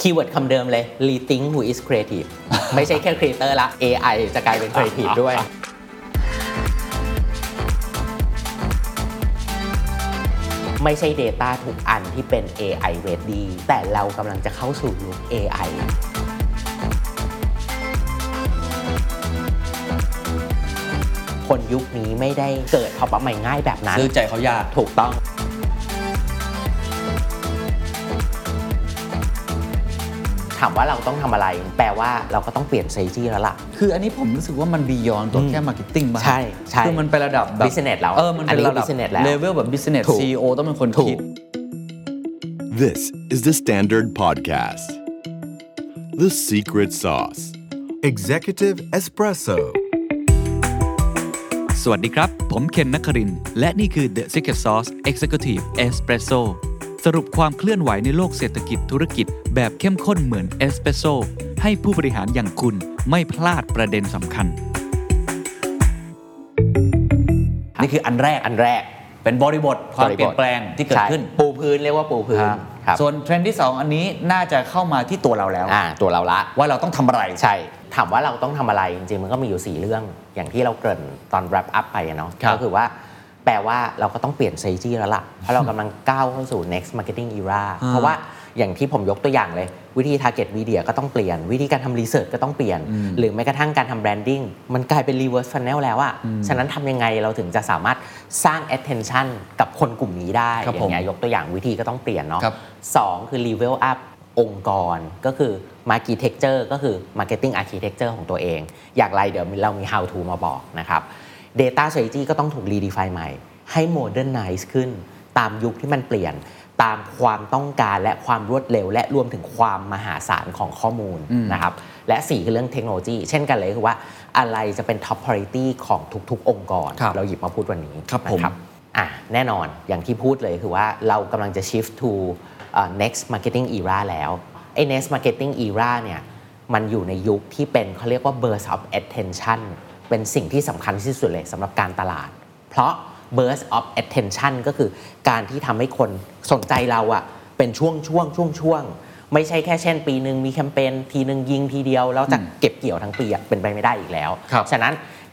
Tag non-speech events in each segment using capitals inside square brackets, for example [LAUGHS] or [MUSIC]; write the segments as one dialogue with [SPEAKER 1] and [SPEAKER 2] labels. [SPEAKER 1] คีย์เวิร์ดคำเดิมเลย rethink who is creative ไม่ใช่แค่ creator ละ AI จะกลายเป็น creative ด้วย ไม่ใช่ Data ทุกอันที่เป็น AI ready แต่เรากำลังจะเข้าสู่ยุค AI คนยุคนี้ไม่ได้เกิดพอประใหม่ง่ายแบบนั้น
[SPEAKER 2] ซื้อใจเขายาก
[SPEAKER 1] ถูกต้อง ถามว่าเราต้องทำอะไร แปลว่าเราก็ต้องเปลี่ยน strategy แล้วล่ะ
[SPEAKER 2] คืออันนี้ผมรู้สึกว่ามันบียอนตัว
[SPEAKER 1] อืม
[SPEAKER 2] แค่มาร์เก็ตติ้งมา
[SPEAKER 1] ใช่ใช่
[SPEAKER 2] คือมันไประดับแบบ
[SPEAKER 1] business แล้ว
[SPEAKER 2] เออ มันเป็นระดั
[SPEAKER 1] อันนี้
[SPEAKER 2] บ
[SPEAKER 1] business แล้ว
[SPEAKER 2] เลเวลแบบ business
[SPEAKER 1] ถูก
[SPEAKER 2] CEO ต้องเป็นคน
[SPEAKER 1] ถูก
[SPEAKER 2] คิด
[SPEAKER 3] This is the Standard Podcast. The Secret Sauce. Executive Espresso.
[SPEAKER 4] สวัสดีครับ ผมเคนนักครินทร์และนี่คือ The Secret Sauce Executive Espresso สรุปความเคลื่อนไหวในโลกเศรษฐกิจธุรกิจแบบเข้มข้นเหมือนเอสเปรสโซให้ผู้บริหารอย่างคุณไม่พลาดประเด็นสำคัญ
[SPEAKER 2] นี่คืออันแรก
[SPEAKER 1] อันแรก
[SPEAKER 2] เป็นบริบทความเปลี่ยนแปลงที่เกิด
[SPEAKER 1] ใช่
[SPEAKER 2] ขึ้น
[SPEAKER 1] ปูพื้นเรียกว่าปูพื้น
[SPEAKER 2] ครับ
[SPEAKER 1] ครับ
[SPEAKER 2] ส่วนเทรนด์ที่ 2 อันนี้น่าจะเข้ามาที่ตัวเราแล้ว
[SPEAKER 1] อ่าตัวเราละ
[SPEAKER 2] ว่าเราต้องทำอะไร
[SPEAKER 1] ใช่ ถามว่าเราต้องทำอะไร จริงๆ มันก็มีอยู่ 4 เรื่อง อย่างที่เราเกริ่นตอน wrap up ไปอะเนาะ
[SPEAKER 2] ครับ
[SPEAKER 1] ก็คือว่า แปลว่าเราก็ต้องเปลี่ยน strategy แล้วล่ะ เพราะเรากำลังก้าวเข้าสู่ next marketing era
[SPEAKER 2] อ่า
[SPEAKER 1] เพราะว่าอย่างที่ผมยกตัวอย่างเลย วิธี target media ก็ต้องเปลี่ยน วิธีการทำ research ก็ต้องเปลี่ยน
[SPEAKER 2] อืม
[SPEAKER 1] หรือแม้กระทั่งการทำ branding มันกลายเป็น reverse funnel แล้วอะฉะนั้นทำยังไงเราถึงจะสามารถสร้าง attention กับคนกลุ่มนี้ได้
[SPEAKER 2] ครับ
[SPEAKER 1] อย่างเงี้ย
[SPEAKER 2] ผม
[SPEAKER 1] ยกตัวอย่างวิธีก็ต้องเปลี่ยนเนาะ
[SPEAKER 2] ครับ
[SPEAKER 1] สองคือ level up องค์กรก็คือ market texture ก็คือ marketing architecture ของตัวเอง อย่างไรเดี๋ยวเรามี how to มาบอกนะครับ data strategy ก็ต้องถูก redefine ใหม่ ให้ modernize ขึ้น ตามยุคที่มันเปลี่ยน ตามความต้องการและความรวดเร็ว และรวมถึงความมหาศาลของข้อมูล
[SPEAKER 2] อืม
[SPEAKER 1] นะครับ และสี่คือเรื่องเทคโนโลยีเช่นกันเลยคือว่าอะไรจะเป็น top priority ของทุกๆ องค์กร
[SPEAKER 2] ครับ
[SPEAKER 1] เราหยิบมาพูดวันนี้
[SPEAKER 2] ครับผม
[SPEAKER 1] นะ อ่ะแน่นอนอย่างที่พูดเลยคือว่าเรากำลังจะ shift to เอ่อ next marketing era แล้วไอ้ next marketing era เนี่ยมันอยู่ในยุคที่เป็นเขาเรียกว่า burst of attention เป็นสิ่งที่สำคัญที่สุดเลยสำหรับการตลาด เพราะ burst of attention ก็คือการที่ทำให้คนสนใจเราอะเป็นช่วงช่วงช่วงช่วงๆไม่ใช่แค่เช่น ปีหนึ่งมีแคมเปญทีหนึ่งยิงทีเดียวแล้วจะเก็บเกี่ยวทั้งปีอะเป็นไปไม่ได้อีกแล้ว
[SPEAKER 2] ครับ
[SPEAKER 1] ฉะนั้น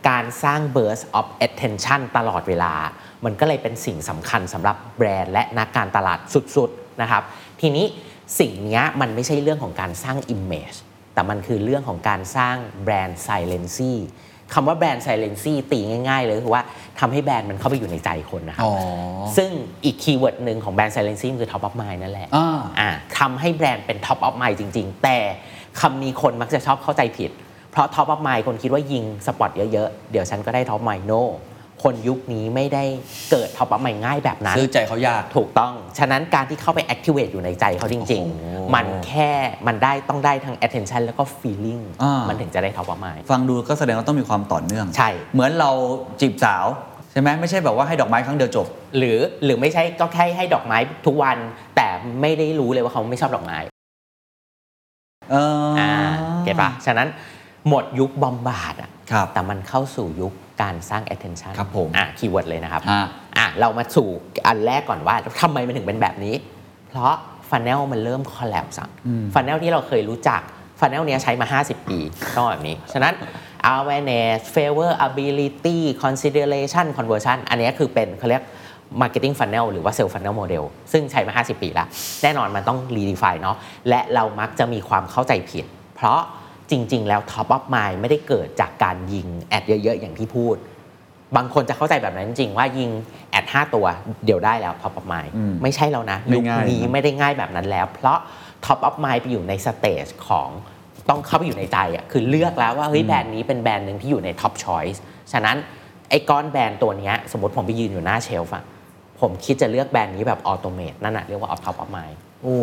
[SPEAKER 1] การสร้าง burst of attention ตลอดเวลา มันก็เลยเป็นสิ่งสำคัญสำหรับแบรนด์และนักการตลาดสุดๆนะครับ ทีนี้สิ่งเนี้ยมันไม่ใช่เรื่องของการสร้าง image แต่มันคือเรื่องของการสร้างแบรนด์ silency คำว่าแบรนด์ silency ตีง่าย ๆ เลยคือว่าทำให้แบรนด์มันเข้าไปอยู่ในใจคนนะครั
[SPEAKER 2] อ๋อ
[SPEAKER 1] ซึ่งอีกคีย์เวิร์ดหนึ่งของแบรนด์ silency มันคือ top of mind นั่นแหละ
[SPEAKER 2] อ่า
[SPEAKER 1] อ่าทำให้แบรนด์เป็น Top of Mind จริง ๆ แต่คำนี้คนมักจะชอบเข้าใจผิด เพราะ Top of Mind คนคิดว่ายิงสปอตเยอะ ๆ เดี๋ยวฉันก็ได้ Top of Mind no คนยุคนี้ไม่ได้เกิด Top of Mind ง่ายแบบนั้น
[SPEAKER 2] ซื้อใจเขายาก
[SPEAKER 1] ถูกต้อง ฉะนั้นการที่เข้าไป activate อยู่ในใจเขาจริง
[SPEAKER 2] โอ้โห
[SPEAKER 1] ๆ มันแค่มันได้ต้องได้ทั้ง attention แล้วก็ feeling
[SPEAKER 2] อ่ามั
[SPEAKER 1] มันถึงจะได้ Top of Mind
[SPEAKER 2] ฟังดูก็แสดงว่าต้องมีความต่อเนื่อง
[SPEAKER 1] ใช่
[SPEAKER 2] เหมือนเราจีบสาวใช่ไหมไม่ใช่แบบว่าให้ดอกไม้ครั้งเดียวจบ
[SPEAKER 1] หรือหรือไม่ใช่ก็แค่ให้ดอกไม้ทุกวัน แต่ไม่ได้รู้เลยว่าเขาไม่ชอบดอกไม้
[SPEAKER 2] เอออ
[SPEAKER 1] อ่าเก็ตปะฉะนั้นหมดยุคบอมบาดอะ
[SPEAKER 2] ครับ
[SPEAKER 1] แต่มันเข้าสู่ยุคการสร้าง attention
[SPEAKER 2] ครับผม
[SPEAKER 1] อ่ะคีย์เวิร์ดเลยนะครับ
[SPEAKER 2] อ่า
[SPEAKER 1] อ่ะ เรามาสู่อันแรกก่อนว่าทำไมมันถึงเป็นแบบนี้ เพราะฟันเนลมันเริ่มคอล l ลบสัง
[SPEAKER 2] อืม
[SPEAKER 1] ฟันเนลที่เราเคยรู้จักฟันเนลเนี้ยใช้มา 50 ปีต้องแบบนี้ ฉะนั้น awareness favor ability consideration conversion อันเนี้ยคือเป็นเขาเรียก marketing funnel หรือว่า sales funnel model ซึ่งใช้มา 50 ปีละแน่นอนมันต้อง redefine เนาะและเรามักจะมีความเข้าใจผิด เพราะจริง ๆ แล้ว top of mind ไม่ได้เกิดจากการยิงแอดเยอะ ๆ อย่างที่พูด บางคนจะเข้าใจแบบนั้นจริงๆว่ายิงแอด 5 ตัวเดี๋ยวได้แล้ว top of mind
[SPEAKER 2] อืม
[SPEAKER 1] ไม่ใช่แล้วนะ
[SPEAKER 2] ไม่
[SPEAKER 1] ยุค
[SPEAKER 2] ง่าย
[SPEAKER 1] นี้
[SPEAKER 2] นะ
[SPEAKER 1] ไม่ได้ง่ายแบบนั้นแล้ว เพราะ top of mind ไปอยู่ในสเตจของต้องเข้าไปอยู่ในใจอะคือเลือกแล้วว่าเฮ้ยแบรนด์นี้เป็นแบรนด์หนึ่งที่อยู่ใน top choice ฉะนั้นไอ้ก้อนแบรนด์ตัวเนี้ยสมมติผมไปยืนอยู่หน้าเชลฟ์อะผมคิดจะเลือกแบรนด์นี้แบบออโตเมตนั่นน่ะเรียกว่า top of mind
[SPEAKER 2] โอ้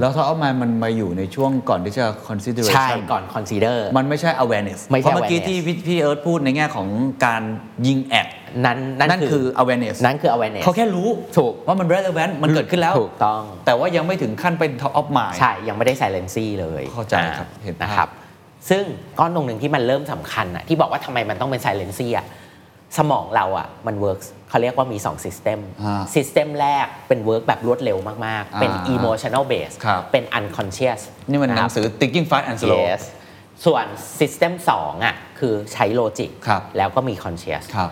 [SPEAKER 2] แล้วถ้าเอามามันมาอยู่ในช่วงก่อนที่จะ consideration
[SPEAKER 1] ใช่ก่อน consider
[SPEAKER 2] มันไม่ใช่ awareness
[SPEAKER 1] ไม่ใช่
[SPEAKER 2] เพราะเมื่อกี้
[SPEAKER 1] awareness
[SPEAKER 2] ที่พี่พี่เอิร์ธพูดในแง่ของการยิงแอด
[SPEAKER 1] นั้นนั่
[SPEAKER 2] นั่น
[SPEAKER 1] น
[SPEAKER 2] คื
[SPEAKER 1] คือ อ
[SPEAKER 2] awareness
[SPEAKER 1] นั่นคือ awareness
[SPEAKER 2] เขาแค่รู้
[SPEAKER 1] ถูก
[SPEAKER 2] ว่ามัน relevant มันเกิดขึ้นแล้ว
[SPEAKER 1] ถูกต้อง
[SPEAKER 2] แต่ว่ายังไม่ถึงขั้นเป็น top of mind
[SPEAKER 1] ใช่ ยังไม่ได้ silency เลย
[SPEAKER 2] เข้าใจครับ
[SPEAKER 1] อ่า
[SPEAKER 2] เห็นภาพ
[SPEAKER 1] นะครับ ซึ่งก้อนตรงหนึ่งที่มันเริ่มสำคัญอะที่บอกว่าทำไมมันต้องเป็น silency อะ สมองเราอะ่ะมัน works เขาเรียกว่ามี2 system
[SPEAKER 2] ฮะ
[SPEAKER 1] system แรกเป็น work แบบรวดเร็วมาก ๆ เป็น
[SPEAKER 2] อ่า
[SPEAKER 1] emotional base
[SPEAKER 2] ครับ
[SPEAKER 1] เป็น unconscious
[SPEAKER 2] นี่มันหนังสือ Thinking Fast and Slow
[SPEAKER 1] yes ส่วน system 2อ่ะคือใช้โลจิก
[SPEAKER 2] ครับ
[SPEAKER 1] แล้วก็มี conscious
[SPEAKER 2] ครับ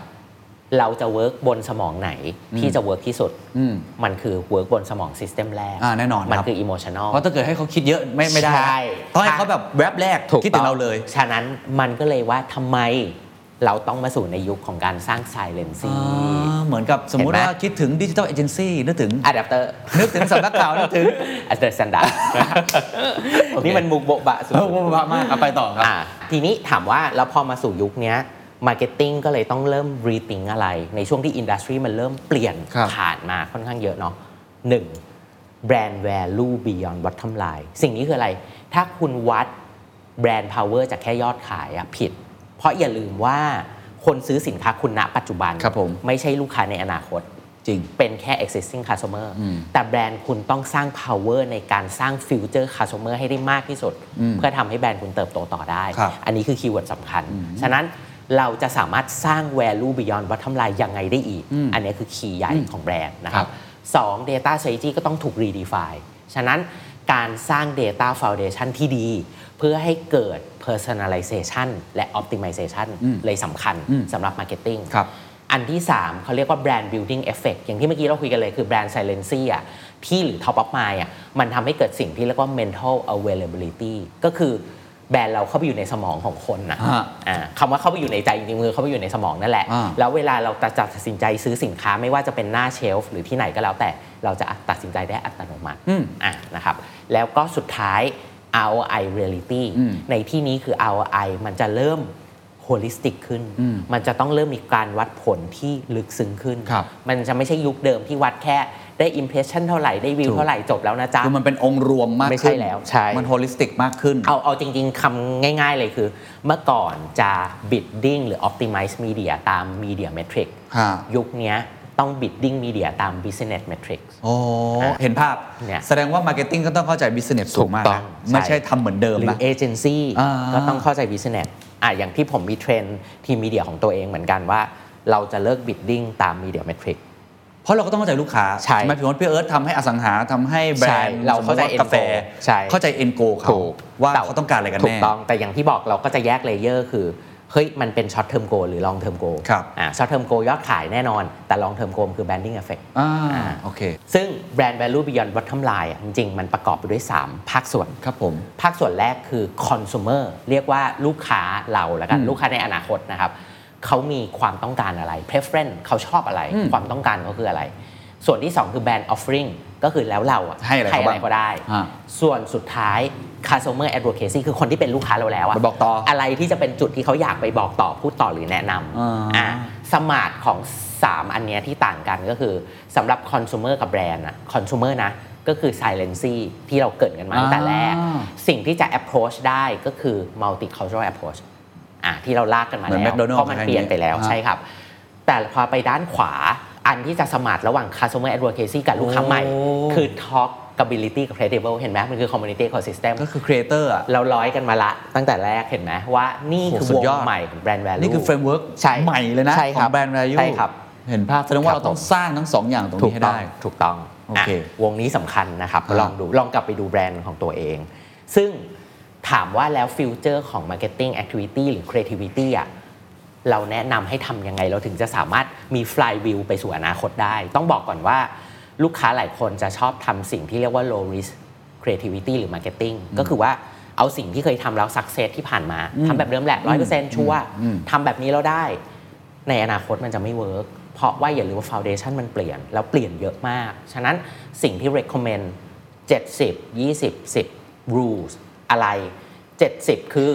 [SPEAKER 1] เราจะ work บนสมองไหนที่จะ work ที่สุด
[SPEAKER 2] อืม
[SPEAKER 1] มันคือ work บนสมอง system แรก
[SPEAKER 2] อ่าแน่นอน
[SPEAKER 1] มัน
[SPEAKER 2] ครับ
[SPEAKER 1] คือ emotional
[SPEAKER 2] เพราะถ้าเกิดให้เขาคิดเยอะไม่ไม่ได้
[SPEAKER 1] ใช่
[SPEAKER 2] ต้องให้เขาแบบแวบแรก
[SPEAKER 1] ถูก
[SPEAKER 2] คิดถึง
[SPEAKER 1] อ
[SPEAKER 2] เราเลย
[SPEAKER 1] ฉะนั้นมันก็เลยว่าทำไมเราต้องมาสู่ในยุคของการสร้าง silency
[SPEAKER 2] อ่าเหมือนกับสมมุติ
[SPEAKER 1] เห็นไหม
[SPEAKER 2] ว่าคิดถึงดิจิทัลเอเจนซี่นึกถึง
[SPEAKER 1] adapter [LAUGHS]
[SPEAKER 2] นึกถึงสำนักข่าวนึกถึง
[SPEAKER 1] as the standard
[SPEAKER 2] โอเค
[SPEAKER 1] นี่มันมุกโบะบะสุด
[SPEAKER 2] โอ้โหบ้ามากเอาไปต่อครับ
[SPEAKER 1] อ่าทีนี้ถามว่าแล้วพอมาสู่ยุคเนี้ย marketing ก็เลยต้องเริ่ม rethink อะไร ในช่วงที่ industry มันเริ่มเปลี่ยน
[SPEAKER 2] ครับ
[SPEAKER 1] ผ่านมาค่อนข้างเยอะเนาะหนึ่ง brand value beyond bottom line สิ่งนี้คืออะไร ถ้าคุณวัด brand power จากแค่ยอดขายอะผิด เพราะอย่าลืมว่าคนซื้อสินค้าคุณณปัจจุบัน
[SPEAKER 2] ครับผม
[SPEAKER 1] ไม่ใช่ลูกค้าในอนาคต
[SPEAKER 2] จริง
[SPEAKER 1] เป็นแค่ existing customer
[SPEAKER 2] อืม
[SPEAKER 1] แต่แบรนด์คุณต้องสร้าง power ในการสร้าง future customer ให้ได้มากที่สุด
[SPEAKER 2] อืม
[SPEAKER 1] เพื่อทำให้แบรนด์คุณเติบโตต่อได้
[SPEAKER 2] ครับ
[SPEAKER 1] อันนี้คือคีย์เวิร์ดสำคัญ ฉะนั้นเราจะสามารถสร้าง value beyond bottom line ยังไงได้อีก อันนี้คือคีย์ใหญ่ของแบรนด์นะครับสอง data strategy ก็ต้องถูก redefine ฉะนั้นการสร้าง data foundation ที่ดี เพื่อให้เกิด personalization และ optimization เลยสำคัญสำหรับ marketing
[SPEAKER 2] ครับ
[SPEAKER 1] อันที่ 3 เขาเรียกว่า brand building effect อย่างที่เมื่อกี้เราคุยกันเลยคือ brand silency อ่ะที่หรือ top of mind อ่ะมันทำให้เกิดสิ่งที่เรียกว่า mental availability ก็คือแบรนด์เราเข้าไปอยู่ในสมองของคนนะ
[SPEAKER 2] ฮะ
[SPEAKER 1] อ่าคำว่าเข้าไปอยู่ในใจจริงๆคือเข้าไปอยู่ในสมองนั่นแหละ
[SPEAKER 2] อ่า
[SPEAKER 1] แล้วเวลาเราตัดสินใจซื้อสินค้าไม่ว่าจะเป็นหน้าเชลฟ์หรือที่ไหนก็แล้วแต่เราจะตัดสินใจได้อัตโนมัติอ่ะนะครับแล้วก็สุดท้าย ROI reality ในที่นี้คือ ROI มันจะเริ่ม holistic ขึ้น มันจะต้องเริ่มมีการวัดผลที่ลึกซึ้งขึ้น
[SPEAKER 2] ครับ
[SPEAKER 1] มันจะไม่ใช่ยุคเดิมที่วัดแค่ได้ impression เท่าไหร่ได้วิวเท่าไหร่จบแล้วนะจ๊ะ
[SPEAKER 2] คือมันเป็นองค์รวมมาก
[SPEAKER 1] ไม่ใช่
[SPEAKER 2] ขึ้น
[SPEAKER 1] แล้วใช่
[SPEAKER 2] มันโฮลิสติกมากขึ้น
[SPEAKER 1] เอาเอาจริง ๆคำง่าย ๆ เลยคือ เมื่อก่อนจะ bidding หรือ optimize media ตาม media metric
[SPEAKER 2] ฮะ
[SPEAKER 1] ยุคเนี้ยต้อง bidding media ตาม business metric
[SPEAKER 2] โอ้เห็นภาพ
[SPEAKER 1] เนี่ย
[SPEAKER 2] แสดงว่ามาร์เก็ตติ้งก็ต้องเข้าใจบิสเนสสูงมากนะไม่ใช่ทำเหมือนเดิม
[SPEAKER 1] หรื
[SPEAKER 2] นะ
[SPEAKER 1] อเอเจนซี่
[SPEAKER 2] อ่า
[SPEAKER 1] ก็ต้องเข้าใจ business อ่ะอย่างที่ผมมีเทรนด์ทีมมีเดียของตัวเองเหมือนกันว่า เราจะเลิก bidding ตาม media metric
[SPEAKER 2] เพราะเราก็ต้องเข้าใจลูกค้า
[SPEAKER 1] ใช่
[SPEAKER 2] ไหมพี่โอ๊ตพี่เอิร์ธทำให้อสังหาทำให้แบรนด์
[SPEAKER 1] ใช่เราเข้าใจ
[SPEAKER 2] สมมุติว่กาแฟ
[SPEAKER 1] end goal ใช่
[SPEAKER 2] เข้าใจเอ็นโกเขา
[SPEAKER 1] ถูก
[SPEAKER 2] ว่า
[SPEAKER 1] แต่
[SPEAKER 2] เขาต้องการอะไรกัน
[SPEAKER 1] ถู
[SPEAKER 2] แน่
[SPEAKER 1] กต้องแต่อย่างที่บอกเราก็จะแยกเลเยอร์คือ เฮ้ย มันเป็นช็อตเทอมโกหรือลองเทอมโก
[SPEAKER 2] ครับ
[SPEAKER 1] อ่าช็อตเทอมโกยอดขายแน่นอน แต่ลองเทอมโกคือ branding effect
[SPEAKER 2] อ่า
[SPEAKER 1] อ่า
[SPEAKER 2] โอเค
[SPEAKER 1] ซึ่ง brand value beyond bottom line อ่ะจริงๆ มันประกอบไปด้วย 3 ภาคส่วน
[SPEAKER 2] ครับผม
[SPEAKER 1] ภาคส่วนแรกคือ consumer เรียกว่าลูกค้าเราแล้วกันลูกค้าในอนาคตนะครับเขามีความต้องการอะไร preference เขาชอบอะไร ความต้องการเขาคืออะไร ส่วนที่ 2 คือ brand offering ก็คือแล้วเราอะ
[SPEAKER 2] ให้อะไรเขาบ้าง
[SPEAKER 1] ก็ได้
[SPEAKER 2] อ่า
[SPEAKER 1] ส่วนสุดท้าย customer advocacy คือคนที่เป็นลูกค้าเราแล้วอะ
[SPEAKER 2] ไปบอกต่ออ
[SPEAKER 1] อะไรที่จะเป็นจุดที่เขาอยากไปบอกต่อพูดต่อหรือแนะน
[SPEAKER 2] อ่า
[SPEAKER 1] ำอ่า สมาร์ทของ 3 อันเนี้ยที่ต่างกันก็คือสำหรับคอน sumer กับแบรนด์นะคอน sumer นะ ก็คือ silency ที่เราเกริดกันมาตั้งแต่แรก
[SPEAKER 2] อ่า
[SPEAKER 1] สิ่งที่จะ approach ได้ก็คือ multicultural approach อ่ะที่เราลากกันมา
[SPEAKER 2] เหมือน
[SPEAKER 1] แล้ว
[SPEAKER 2] McDonald's
[SPEAKER 1] เพราะมันเปลี่ยนไปแล้ว
[SPEAKER 2] อะไรอย่างเงี้ย
[SPEAKER 1] ใช่ครับ แต่พอไปด้านขวาอันที่จะสมาร์ทระหว่าง customer advocacy กับลูกค้าใหม่
[SPEAKER 2] โอ้
[SPEAKER 1] คือ talkability กับ credible เห็นไหมมันคือ community ecosystem
[SPEAKER 2] ก็คือครีเอเตอร์อ่ะ
[SPEAKER 1] เราร้อยกันมาละตั้งแต่แรกเห็นไหมว่านี่
[SPEAKER 2] โอ้โห
[SPEAKER 1] คือ
[SPEAKER 2] สุ
[SPEAKER 1] ว
[SPEAKER 2] ด
[SPEAKER 1] ง
[SPEAKER 2] ยอด
[SPEAKER 1] ใหม่ของ brand value
[SPEAKER 2] นี่คือเฟรมเวิร์ก
[SPEAKER 1] ใช่
[SPEAKER 2] ใหม่เลยนะ
[SPEAKER 1] ใช่
[SPEAKER 2] ข
[SPEAKER 1] ค
[SPEAKER 2] อ
[SPEAKER 1] รับ
[SPEAKER 2] งแบรนด์ value
[SPEAKER 1] ใช่ครับ
[SPEAKER 2] เห็นภาพแสดง
[SPEAKER 1] ค
[SPEAKER 2] ว่า
[SPEAKER 1] รับ
[SPEAKER 2] เราต้อ
[SPEAKER 1] ผ
[SPEAKER 2] ง
[SPEAKER 1] ม
[SPEAKER 2] สร้างทั้งสองอย่างตรง
[SPEAKER 1] ถู
[SPEAKER 2] นี้
[SPEAKER 1] ก
[SPEAKER 2] ให้
[SPEAKER 1] ต้อ
[SPEAKER 2] ได้
[SPEAKER 1] งถูกต้อง
[SPEAKER 2] โอเคะ
[SPEAKER 1] วงนี้สำคัญนะครับ
[SPEAKER 2] อ่า
[SPEAKER 1] ลองดูลองกลับไปดูแบรนด์ของตัวเอง ซึ่งถามว่าแล้วฟิวเจอร์ของ Marketing Activity หรือ Creativity อ่ะเราแนะนำให้ทำยังไงเราถึงจะสามารถมี flywheel ไปสู่อนาคตได้ ต้องบอกก่อนว่าลูกค้าหลายคนจะชอบทำสิ่งที่เรียกว่า low risk creativity หรือ marketing ก็คือว่าเอาสิ่งที่เคยทำแล้ว success ที่ผ่านมาทำแบบเดิมแหละร้อยเปอร์เซ็นต์ชัวร์
[SPEAKER 2] อืม
[SPEAKER 1] ทำแบบนี้แล้วได้ ในอนาคตมันจะไม่เวิร์กเพราะว่าอย่าลืมว่าฟ u วเดชันมันเปลี่ยน แล้วเปลี่ยนเยอะมาก ฉะนั้นสิ่งที่ recommend 70 20 10 rules อะไร 70 คือ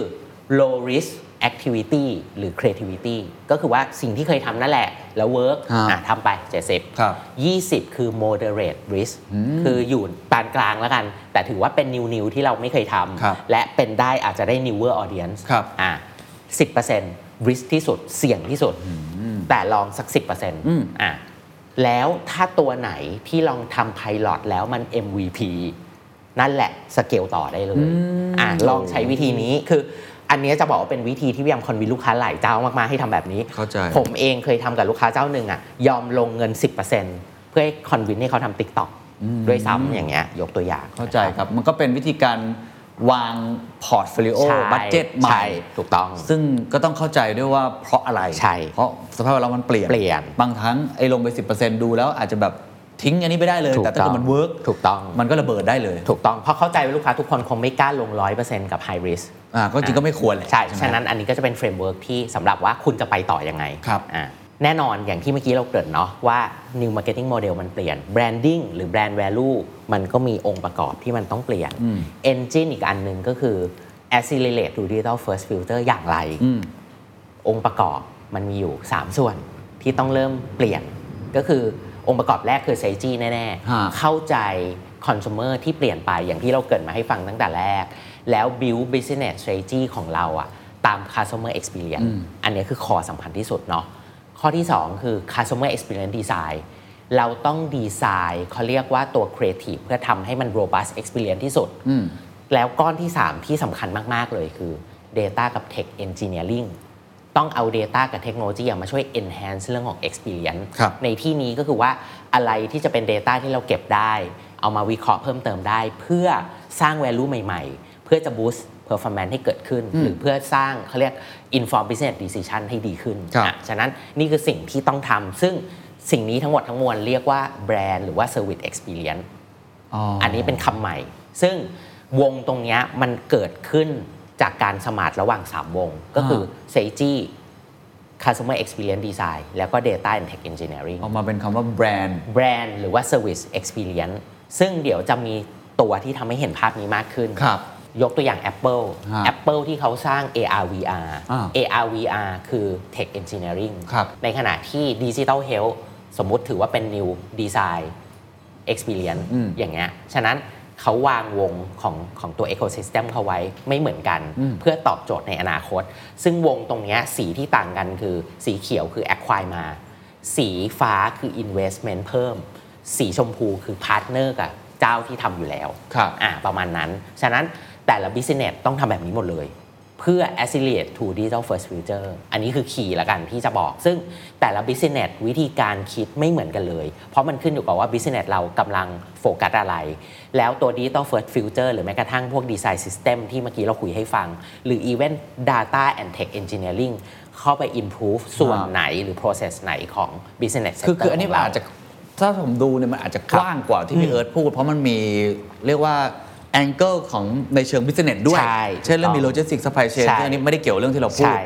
[SPEAKER 1] low risk activity หรือ creativity ก็คือว่าสิ่งที่เคยทำนั่นแหละ แล้วเวิร์ก
[SPEAKER 2] ครับ
[SPEAKER 1] ทำไป 70
[SPEAKER 2] ครับ
[SPEAKER 1] 20 คือ moderate risk คืออยู่ปานกลางแล้วกัน แต่ถือว่าเป็น new new ที่เราไม่เคยท
[SPEAKER 2] ครับ
[SPEAKER 1] ำและเป็นได้อาจจะได้ newer audience
[SPEAKER 2] ครับ
[SPEAKER 1] อ่าสิบเปอร์เซ็นต์ริสที่สุดเสี่ยงที่สุด แต่ลองสักสิบเปอร์เซ็นต์อ่ะแล้วถ้าตัวไหนที่ลองทำไพลอตแล้วมัน MVP นั่นแหละสเกลต่อได้เลยอ่ะลองใช้วิธีนี้คือ อันเนี้ยจะบอกว่าเป็นวิธีที่พยายามคอนวินลูกค้าหลายเจ้ามากๆให้ทำแบบนี้
[SPEAKER 2] เข้าใจ
[SPEAKER 1] ผมเองเคยทำกับลูกค้าเจ้าหนึ่งอ่ะยอมลงเงิน 10%เพื่อให้คอนวินให้เขาทำติ๊กต็อกด้วยซ้ำอย่างเงี้ยยกตัวอย่าง
[SPEAKER 2] เข้าใจครับ มันก็เป็นวิธีการวางพอร์ตโฟลิโอ
[SPEAKER 1] ใช่
[SPEAKER 2] บัตเจ็ตให
[SPEAKER 1] ใช่
[SPEAKER 2] ม่
[SPEAKER 1] ถูกต้อง
[SPEAKER 2] ซึ่งก็ต้องเข้าใจด้วยว่าเพราะอะไร
[SPEAKER 1] ใช่
[SPEAKER 2] เพราะสภาพแวดล้อมมันเปลี่ยน
[SPEAKER 1] เปลี่ยน
[SPEAKER 2] บางครั้งไอ้ลงไป 10%ดูแล้วอาจจะแบบทิ้งอันนี้ไม่ได้เลย
[SPEAKER 1] ถูก
[SPEAKER 2] แต่ถ้าเกิ
[SPEAKER 1] ต้
[SPEAKER 2] ด
[SPEAKER 1] อง
[SPEAKER 2] มันเวิร์ก
[SPEAKER 1] ถูกต้อง
[SPEAKER 2] มันก็ระเบิดได้เลย
[SPEAKER 1] ถูกต้องเพราะเข้าใจว่าลูกค้าทุกคนคงไม่กล้าลง 100%กับ High Risk
[SPEAKER 2] อ่าก็จริงก็ไม่ควรแหละ
[SPEAKER 1] ใช่
[SPEAKER 2] ไหม
[SPEAKER 1] ฉะนั้นอันนี้ก็จะเป็นเฟรมเวิร์กที่สำหรับว่าคุณจะไปต่อยังไง
[SPEAKER 2] ครับ
[SPEAKER 1] อ่าแน่นอนอย่างที่เมื่อกี้เราเกริ่นเนาะว่า new marketing model มันเปลี่ยน branding หรือ brand value มันก็มีองค์ประกอบที่มันต้องเปลี่ยน
[SPEAKER 2] อืม
[SPEAKER 1] engine อีกอันหนึ่งก็คือ accelerate to digital first filter อย่างไร
[SPEAKER 2] อืม
[SPEAKER 1] องค์ประกอบมันมีอยู่ 3 ส่วนที่ต้องเริ่มเปลี่ยน ก็คือองค์ประกอบแรกคือ strategy แน่
[SPEAKER 2] ฮะ
[SPEAKER 1] ๆ เข้าใจ consumer ที่เปลี่ยนไปอย่างที่เราเกริดมาให้ฟังตั้งแต่แรก แล้ว build business strategy ของเราอะตาม customer experience อันเนี้ยคือคอสำคัญที่สุดเนาะข้อที่ 2 คือ customer experience design เราต้องดีไซน์เขาเรียกว่าตัว creative เพื่อทำให้มัน robust experience ที่สุด
[SPEAKER 2] อืม
[SPEAKER 1] แล้วก้อนที่ 3 ที่สำคัญมาก ๆ เลยคือ Data กับ Tech Engineering ต้องเอา Data กับเทคโนโลยีมาช่วย enhance เรื่องของ experience
[SPEAKER 2] ครับ
[SPEAKER 1] ในที่นี้ก็คือว่าอะไรที่จะเป็น Data ที่เราเก็บได้ เอามาวิเคราะห์เพิ่มเติมได้ เพื่อสร้าง value ใหม่ ๆ เพื่อจะ boost performance ให้เกิดขึ้น หรือเพื่อสร้างเขาเรียก inform business decision ให้ดีขึ้น
[SPEAKER 2] ครับ
[SPEAKER 1] อ่ะฉะนั้นนี่คือสิ่งที่ต้องทำซึ่งสิ่งนี้ทั้งหมดทั้งมวลเรียกว่า brand หรือว่า service experience อันนี้เป็นคำใหม่ ซึ่งวงตรงเนี้ยมันเกิดขึ้นจากการสมาร์ทระหว่าง 3 วง ก็คือ s a g e Customer Experience Design แล้วก็ Data and Tech Engineering
[SPEAKER 2] ออกมาเป็นคำว่าแบรนด์
[SPEAKER 1] Brand หรือว่า Service Experience ซึ่งเดี๋ยวจะมีตัวที่ทำให้เห็นภาพนี้มากขึ้น
[SPEAKER 2] ครับ
[SPEAKER 1] ยกตัวอย่าง Apple
[SPEAKER 2] ฮะ
[SPEAKER 1] Apple ที่เขาสร้าง AR VR
[SPEAKER 2] อ่า
[SPEAKER 1] AR VR คือ Tech Engineering
[SPEAKER 2] ครับ
[SPEAKER 1] ในขณะที่ Digital Health สมมุติถือว่าเป็น New Design Experience
[SPEAKER 2] อืม
[SPEAKER 1] อย่างเงี้ย ฉะนั้นเขาวางวงของของตัว Ecosystem เขาไว้ไม่เหมือนกัน
[SPEAKER 2] อืม
[SPEAKER 1] เพื่อตอบโจทย์ในอนาคต ซึ่งวงตรงเนี้ยสีที่ต่างกันคือสีเขียวคือ Acquire มา สีฟ้าคือ Investment เพิ่ม สีชมพูคือ Partner กับเจ้าที่ทำอยู่แล้ว
[SPEAKER 2] ครับ
[SPEAKER 1] อ่าประมาณนั้น ฉะนั้นแต่ละ business ต้องทำแบบนี้หมดเลย เพื่อ accelerate to digital first future อันนี้คือขีย์ละกันที่จะบอก ซึ่งแต่ละ business วิธีการคิดไม่เหมือนกันเลย เพราะมันขึ้นอยู่กับว่า business เรากำลังโฟกัสอะไร แล้วตัว digital first future หรือแม้กระทั่งพวก design system ที่เมื่อกี้เราคุยให้ฟัง หรือ even data and tech engineering เข้าไป improve ส่วน
[SPEAKER 2] ครับ
[SPEAKER 1] ไหนหรือ process ไหนของ business sector
[SPEAKER 2] คือคืออันนี้
[SPEAKER 1] ขง
[SPEAKER 2] มัน
[SPEAKER 1] เร
[SPEAKER 2] อาจจะถ้าผมดูเนี่ยมันอาจจะกว้างกว่าที่พี่เอิร์ธพูด เพราะมันมีเรียกว่าแองเกิลของในเชิงบิสเนสด้วย
[SPEAKER 1] ใช่
[SPEAKER 2] เช่นเรื่องมีโลจิสติกส์ supply chain
[SPEAKER 1] ใช่
[SPEAKER 2] ซึ่งอันนี้ไม่ได้เกี่ยวเรื่องที่เราพูด
[SPEAKER 1] ใช่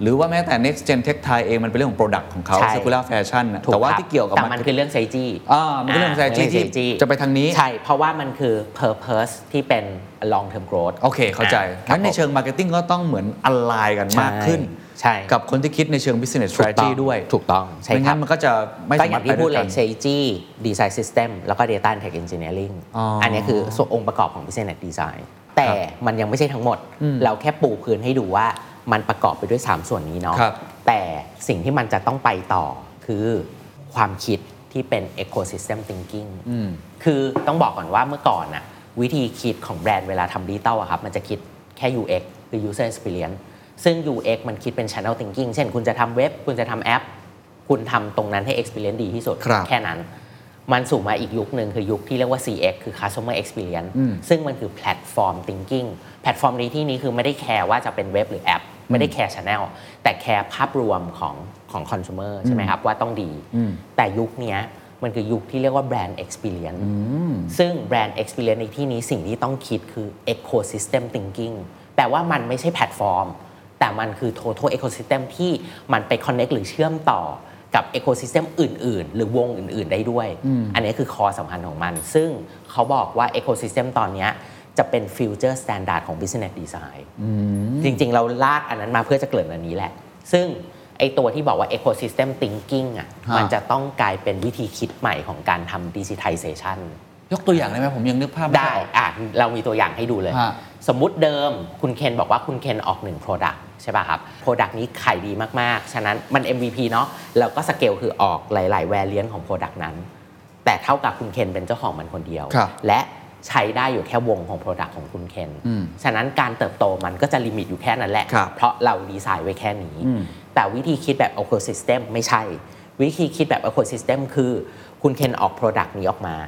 [SPEAKER 2] หรือว่าแม้แต่ next gen tech Thai เองมันเป็นเรื่องของ product ของเขา
[SPEAKER 1] ใช่
[SPEAKER 2] circular fashion น่ะ
[SPEAKER 1] ถู
[SPEAKER 2] แต่ว่า
[SPEAKER 1] ครับ
[SPEAKER 2] ที่เกี่ยวกับ
[SPEAKER 1] แต่มันคือเรื่อง strategy
[SPEAKER 2] อ่ามันคือเรื่อง
[SPEAKER 1] มันเป็น
[SPEAKER 2] strategy
[SPEAKER 1] เรื่อง
[SPEAKER 2] ที่
[SPEAKER 1] strategy
[SPEAKER 2] จะไปทางนี้
[SPEAKER 1] ใช่ เพราะว่ามันคือ purpose ที่เป็น long term growth
[SPEAKER 2] โอเคเข้าใจ
[SPEAKER 1] อ่ะ
[SPEAKER 2] งั้นในเชิง marketing ก็ต้องเหมือน align กันมากขึ้น
[SPEAKER 1] ใช่
[SPEAKER 2] กับคนที่คิดในเชิง business strategy ด้วย
[SPEAKER 1] ถูกต้องใช่
[SPEAKER 2] ไม่
[SPEAKER 1] ครับ
[SPEAKER 2] งั้นมันก็จะไม่
[SPEAKER 1] ก็
[SPEAKER 2] สา
[SPEAKER 1] อ
[SPEAKER 2] มาร
[SPEAKER 1] ย่าง
[SPEAKER 2] ถไป
[SPEAKER 1] ที่
[SPEAKER 2] ด้
[SPEAKER 1] พู
[SPEAKER 2] ว
[SPEAKER 1] ด
[SPEAKER 2] ย
[SPEAKER 1] เล
[SPEAKER 2] กั
[SPEAKER 1] ย
[SPEAKER 2] น
[SPEAKER 1] strategy design system แล้วก็ data and tech engineering
[SPEAKER 2] อ๋ออั
[SPEAKER 1] อันนี้คือส่วนองค์ประกอบของ business design แต่มันยังไม่ใช่ทั้งหมด
[SPEAKER 2] อืม
[SPEAKER 1] เราแค่ปูพื้นให้ดูว่ามันประกอบไปด้วย 3 ส่วนนี้เนาะ
[SPEAKER 2] ครับ
[SPEAKER 1] แต่สิ่งที่มันจะต้องไปต่อคือความคิดที่เป็น ecosystem thinking
[SPEAKER 2] อืม
[SPEAKER 1] คือต้องบอกก่อนว่าเมื่อก่อนน่ะวิธีคิดของแบรนด์เวลาทำดิจิตอลอะครับมันจะคิดแค่ UX คือ user experience ซึ่ง UX มันคิดเป็น channel thinking เช่นคุณจะทำเว็บ คุณจะทำแอป คุณทำตรงนั้นให้ experience ดีที่สุด
[SPEAKER 2] ครับ
[SPEAKER 1] แค่นั้น มันสู่มาอีกยุคหนึ่งคือยุคที่เรียกว่า CX คือ customer experience
[SPEAKER 2] อืม
[SPEAKER 1] ซึ่งมันคือ platform thinking แพลตฟอร์มในที่นี้คือไม่ได้แคร์ว่าจะเป็นเว็บหรือแอป ไม่ได้แคร์ channel แต่แคร์ภาพรวมของของ consumer ใช่ไหมครับว่าต้องดี แต่ยุคเนี้ยมันคือยุคที่เรียกว่า brand experience ซึ่ง brand experience ในที่นี้สิ่งที่ต้องคิดคือ ecosystem thinking แปลว่ามันไม่ใช่แพลตฟอร์ม แต่มันคือ total ecosystem ที่มันไป connect หรือเชื่อมต่อกับ ecosystem อื่น ๆ หรือวงอื่น ๆ ได้ด้วย อันนี้คือคอสำคัญของมัน ซึ่งเขาบอกว่า ecosystem ตอนเนี้ยจะเป็น future standard ของ business design จริง ๆ เราลากอันนั้นมาเพื่อจะเกริดอันนี้แหละ ซึ่งไอตัวที่บอกว่า ecosystem thinking อ่ะ
[SPEAKER 2] ฮะ
[SPEAKER 1] มันจะต้องกลายเป็นวิธีคิดใหม่ของการทำ digitization
[SPEAKER 2] ยกตัวอย่างได้ไหมผมยังนึกภาพม่
[SPEAKER 1] ได้
[SPEAKER 2] ออก
[SPEAKER 1] อ่ะเรามีตัวอย่างให้ดูเลย
[SPEAKER 2] ฮะ
[SPEAKER 1] สมมุติเดิมคุณเคนบอกว่าคุณเคนออกหนึ่ง Product ใช่ป่ะครับ Product นี้ขายดีมาก ๆ ฉะนั้นมัน MVP เนาะแล้วก็สเกลคือออกหลาย ๆ แวรเลียนของ Product นั้น แต่เท่ากับคุณเคนเป็นเจ้าของมันคนเดียว
[SPEAKER 2] ครับ
[SPEAKER 1] และ ใช้ได้อยู่แค่วงของ Product ของคุณเคน
[SPEAKER 2] อืม
[SPEAKER 1] ฉะนั้นการเติบโตมันก็จะลิมิตอยู่แค่นั้นแหละ
[SPEAKER 2] ครับ
[SPEAKER 1] เพราะเราดีไซน์ไว้แค่นี้
[SPEAKER 2] อืม
[SPEAKER 1] แต่วิธีคิดแบบ ecosystem ไม่ใช่ วิธีคิดแบบ ecosystem คือคุณเคนออก Product นี้ออกมา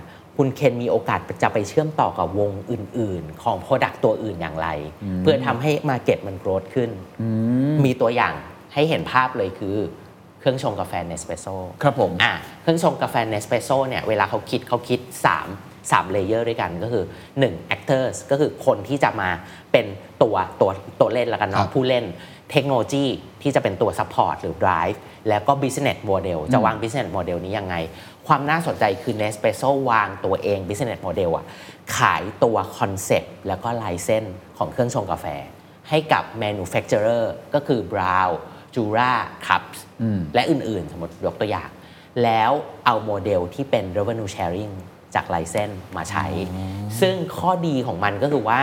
[SPEAKER 1] คุณเคนมีโอกาสจะไปเชื่อมต่อกับวงอื่น ๆ ของ Product ตัวอื่นอย่างไร เพื่อทำให้ Market มันโกรธขึ้น มีตัวอย่างให้เห็นภาพเลยคือเครื่องชงกาแฟเนสเปรสโซ
[SPEAKER 2] ครับผม
[SPEAKER 1] อ่ะเครื่องชงกาแฟเนสเปรสโซเนี่ยเวลาเขาคิดเขาคิด 3 3เลเยอร์ด้วยกันก็คือ 1 actors ก็คือคนที่จะมาเป็นตัวตัวตัวเล่นละกัน
[SPEAKER 2] ครั
[SPEAKER 1] เนาะ
[SPEAKER 2] บ
[SPEAKER 1] ผู้เล่นเทคโนโลยีที่จะเป็นตัว support หรือ drive แล้วก็ business model จะวาง business model นี้ยังไง ความน่าสนใจคือ Nespresso วางตัวเอง business model อ่ะขายตัว concept แล้วก็ลายเส้นของเครื่องชงกาแฟ ให้กับ manufacturer ก็คือ Brown Jura Cups
[SPEAKER 2] อืม
[SPEAKER 1] และอื่น ๆ สมมติยกตัวอย่าง แล้วเอาโมเดลที่เป็น revenue sharing จากไลเซนมาใช้ ซึ่งข้อดีของมันก็คือว่า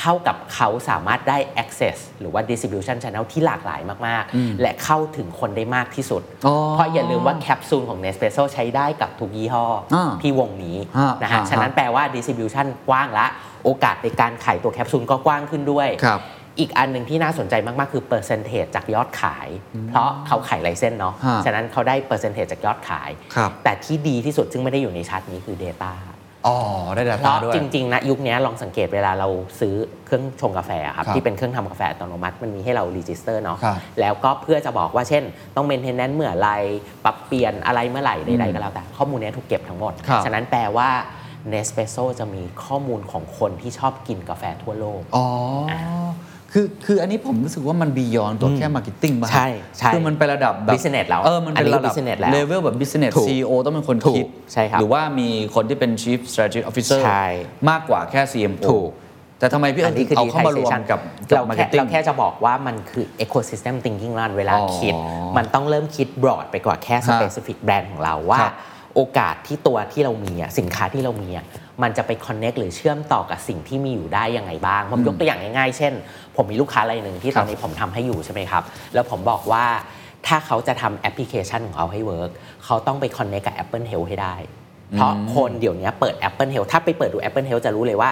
[SPEAKER 1] เท่ากับเขาสามารถได้ access หรือว่า distribution channel ที่หลากหลายมาก ๆ และเข้าถึงคนได้มากที่สุด
[SPEAKER 2] อ๋อ
[SPEAKER 1] เพราะอย่าลืมว่าแคปซูลของ Nespresso ใช้ได้กับทุกยี่ห้ออาที่วงนี้นะฮะ
[SPEAKER 2] อ่า
[SPEAKER 1] ฉะนั้นแปลว่า distribution กว้างละ โอกาสในการขายตัวแคปซูลก็กว้างขึ้นด้วย
[SPEAKER 2] ครับ
[SPEAKER 1] อีกอันหนึ่งที่น่าสนใจมาก ๆ คือเปอร์เซนเทจจากยอดขาย เพราะเขาขายไลเซนส์เนาะ
[SPEAKER 2] ฮะ
[SPEAKER 1] ฉะนั้นเขาได้เปอร์เซนเทจจากยอดขาย
[SPEAKER 2] ครับ
[SPEAKER 1] แต่ที่ดีที่สุดซึ่งไม่ได้อยู่ในชาร์ตนี้คือ Data
[SPEAKER 2] อ๋อ ได้ดา
[SPEAKER 1] เพ
[SPEAKER 2] ต้า
[SPEAKER 1] ราะ
[SPEAKER 2] ด้วย
[SPEAKER 1] จริง ๆ นะ ยุคนี้ลองสังเกตเวลาเราซื้อเครื่องชงกาแฟอะครับ
[SPEAKER 2] ครับ
[SPEAKER 1] ที่เป็นเครื่องทำกาแฟอัตโนมัติมันมีให้เรารีจิสเตอร์เนาะ
[SPEAKER 2] ครับ
[SPEAKER 1] แล้วก็เพื่อจะบอกว่าเช่น ต้องเมนเทนแนนซ์เมื่อไหรปรับเปลี่ยนอะไรเมื่อไหร่ใดๆก็แล้วแต่ข้อมูลเนี้ยถูกเก็บทั้งหมด
[SPEAKER 2] ครับ
[SPEAKER 1] ฉะนั้นแปลว่า Nespresso จะมีข้อมูลของคนที่ชอบกินกาแฟทั่วโลก
[SPEAKER 2] อ๋อ คือ คืออันนี้ผมรู้สึกว่ามันบียอนตัวแค่มาร์เก็ตติ้งมา
[SPEAKER 1] ใช่ใช่
[SPEAKER 2] คือมันไประดับแบบ
[SPEAKER 1] business แล้ว
[SPEAKER 2] เออ มันเป็นระดั
[SPEAKER 1] อันนี้คือ
[SPEAKER 2] บ
[SPEAKER 1] business แล้ว
[SPEAKER 2] เลเวลแบบ business
[SPEAKER 1] ถูก
[SPEAKER 2] CEO ต้องเป็นคน
[SPEAKER 1] ถูก
[SPEAKER 2] คิด
[SPEAKER 1] ใช่ครับ
[SPEAKER 2] หรือว่ามีคนที่เป็น chief strategy officer
[SPEAKER 1] ใช่
[SPEAKER 2] มากกว่าแค่ CMO
[SPEAKER 1] ถูก
[SPEAKER 2] แต่ทำไมพี่
[SPEAKER 1] อั
[SPEAKER 2] เอิ
[SPEAKER 1] น
[SPEAKER 2] ญ
[SPEAKER 1] นี้คือ
[SPEAKER 2] เอาเข้ามารวมกับกับ
[SPEAKER 1] เราแค่
[SPEAKER 2] marketing
[SPEAKER 1] เราแค่จะบอกว่ามันคือ ecosystem thinking รานเวลา
[SPEAKER 2] อ๋อ
[SPEAKER 1] คิด มันต้องเริ่มคิด broad ไปกว่าแค่
[SPEAKER 2] ฮะ
[SPEAKER 1] specific brand ของเราว่า
[SPEAKER 2] ครับ
[SPEAKER 1] โอกาสที่ตัวที่เรามีอะสินค้าที่เรามีอะมันจะไป connect หรือเชื่อมต่อกับสิ่งที่มีอยู่ได้ยังไงบ้าง ผมยกตัวอย่างง่ายๆ เช่น ผมมีลูกค้ารายหนึ่งที่
[SPEAKER 2] ค
[SPEAKER 1] ต
[SPEAKER 2] รับ
[SPEAKER 1] อนนี้ผมทำให้อยู่ใช่ไหมครับ แล้วผมบอกว่าถ้าเขาจะทำแอปพลิเคชันของเขาให้ work เขาต้องไป connect กับ Apple Health ให้ได้ เพราะคนเดี๋ยวนี้เปิด Apple Health ถ้าไปเปิดดู Apple Health จะรู้เลยว่า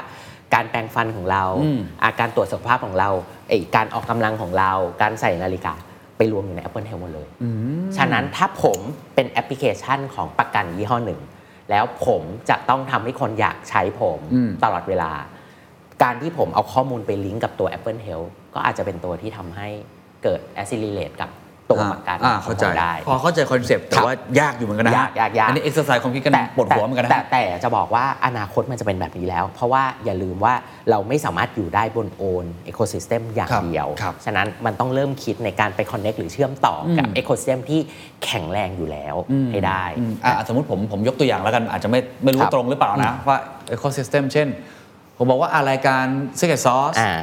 [SPEAKER 1] การแปรงฟันของเรา
[SPEAKER 2] อืม
[SPEAKER 1] อาการตรวจสุขภาพของเราไอยการออกกำลังของเรา การใส่นาฬิกา ไปรวมอยู่ใน Apple Health หมดเลย ฉะนั้นถ้าผมเป็นแอปพลิเคชันของประกันยี่ห้อหนึ่ง แล้วผมจะต้องทำให้คนอยากใช้ผม
[SPEAKER 2] อืม
[SPEAKER 1] ตลอดเวลา การที่ผมเอาข้อมูลไปลิงก์กับตัว Apple Health ก็อาจจะเป็นตัวที่ทำให้เกิด a s s i l a t e กับตัวประกันข
[SPEAKER 2] อ่า
[SPEAKER 1] อง
[SPEAKER 2] เข้า
[SPEAKER 1] ผ
[SPEAKER 2] ใจ
[SPEAKER 1] มได้
[SPEAKER 2] พอเข้าใจคอนเซปต์แต่ว่ายากอยู่เหมือนกันนะฮะ
[SPEAKER 1] ยากยากยาก
[SPEAKER 2] อันนี้เอ็กซ์ไซส์ความคิดกันปวดหัวเหมือนกันนะ
[SPEAKER 1] แต่
[SPEAKER 2] ฮะ
[SPEAKER 1] แต่แต่จะบอกว่าอนาคตมันจะเป็นแบบนี้แล้ว เพราะว่าอย่าลืมว่าเราไม่สามารถอยู่ได้บนโอนเอโคซิสเต็มอย่าง
[SPEAKER 2] ครับ
[SPEAKER 1] เดียว
[SPEAKER 2] ครับ
[SPEAKER 1] ฉะนั้นมันต้องเริ่มคิดในการไปคอนเน็กหรือเชื่อมต่อกับ
[SPEAKER 2] อืม
[SPEAKER 1] เอโคซิสเต็มที่แข็งแรงอยู่แล้วให้ได้
[SPEAKER 2] อืมอ่ะสมมติผมผมยกตัวอย่างแล้วกัน อาจจะไม่ไม่รู้
[SPEAKER 1] ครับ
[SPEAKER 2] ตรงหรือเปล่านะ ว่า ecosystem เช่น ผมบอกว่าอะรายการ Secret Sauce
[SPEAKER 1] อ่า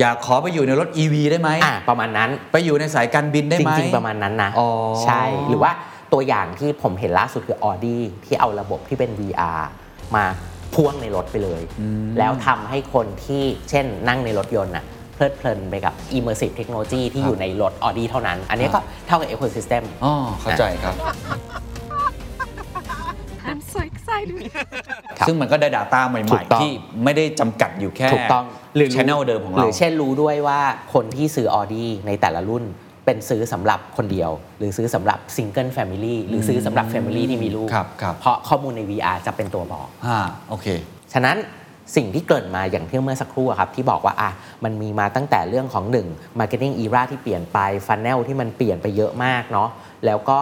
[SPEAKER 2] อยากขอไปอยู่ในรถ EV ได้ไหม
[SPEAKER 1] อ่ะประมาณนั้น
[SPEAKER 2] ไปอยู่ในสายการบินได้
[SPEAKER 1] จ
[SPEAKER 2] ไหม
[SPEAKER 1] ริง ๆ ประมาณนั้นนะ
[SPEAKER 2] อ๋อ
[SPEAKER 1] ใช่หรือว่าตัวอย่างที่ผมเห็นล่าสุดคือ Audi ที่เอาระบบที่เป็น VR มาพ่วงในรถไปเลย แล้วทำให้คนที่เช่นนั่งในรถยนต์น่ะเพลิดเพลินไปกับ immersive technology ที่อยู่ในรถ Audi เท่านั้น อันนี้ก็เท่ากับ ecosystem
[SPEAKER 2] อ๋อเข้าใจครับ
[SPEAKER 5] I'm so excited.
[SPEAKER 1] ครับ
[SPEAKER 2] ซึ่งมันก็ได้ Data ให
[SPEAKER 1] ถู
[SPEAKER 2] ม่
[SPEAKER 1] กต้
[SPEAKER 2] ๆ
[SPEAKER 1] อง
[SPEAKER 2] ที่ไม่ได้จำกัดอยู่แค่
[SPEAKER 1] ถูกต้อง
[SPEAKER 2] channel เดิมของเรา
[SPEAKER 1] หรือเช่นรู้ด้วยว่าคนที่ซื้อ Audi ในแต่ละรุ่นเป็นซื้อสำหรับคนเดียว หรือซื้อสำหรับ single family หรือซื้อสำหรับ family ที่มีลูก
[SPEAKER 2] ครับครับ
[SPEAKER 1] เพราะข้อมูลใน VR จะเป็นตัวบอก
[SPEAKER 2] อ่าโอเค
[SPEAKER 1] ฉะนั้นสิ่งที่เกริดมาอย่างที่เมื่อสักครู่อะครับที่บอกว่าอ่ะมันมีมาตั้งแต่เรื่องของ 1 Marketing Era ที่เปลี่ยนไป Funnel ที่มันเปลี่ยนไปเยอะมากเนาะแล้วก็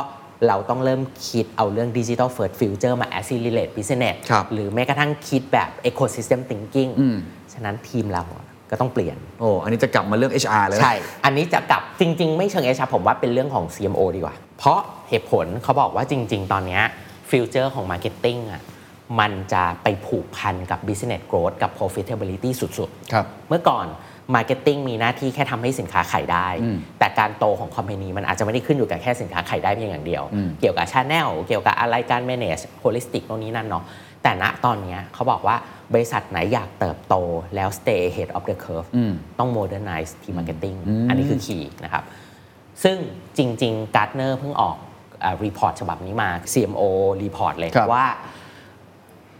[SPEAKER 1] เราต้องเริ่มคิดเอาเรื่อง Digital First Future มา Accelerate Business
[SPEAKER 2] ครับ
[SPEAKER 1] หรือแม้กระทั่งคิดแบบ Ecosystem Thinking
[SPEAKER 2] อืม
[SPEAKER 1] ฉะนั้นทีมเราอะก็ต้องเปลี่ยน
[SPEAKER 2] โอ้อันนี้จะกลับมาเรื่อง HR เลยนะ
[SPEAKER 1] ใช่ อันนี้จะกลับจริง ๆ ไม่เชิงเอชผมว่าเป็นเรื่องของ CMO ดีกว่า เพราะเหตุผลเขาบอกว่าจริง ๆ ตอนเนี้ฟิวเจอร์ของ Marketing อ่ะมันจะไปผูกพันกับ Business Growth กับ Profitability สุด ๆ
[SPEAKER 2] ครับ
[SPEAKER 1] เมื่อก่อน Marketing มีหน้าที่แค่ทำให้สินค้าขายได้ แต่การโตของคอมพานีมันอาจจะไม่ได้ขึ้นอยู่กับแค่สินค้าขายได้เพียงอย่างเดียว เกี่ยวกับชาแนลเกี่ยวกับอะไรการ manage holistic ตรงนี้นั่นเนาะแต่ณตอนเนี้ยเขาบอกว่าบริษัทไหนอยากเติบโตแล้ว stay ahead of the curve
[SPEAKER 2] อืม
[SPEAKER 1] ต้อง modernize ที่ marketing อันนี้คือขีย์นะครับ ซึ่งจริง ๆ Gartner เพิ่งออกรีพอร์ตฉบับนี้มา CMO report เลย
[SPEAKER 2] ครับ
[SPEAKER 1] ว่า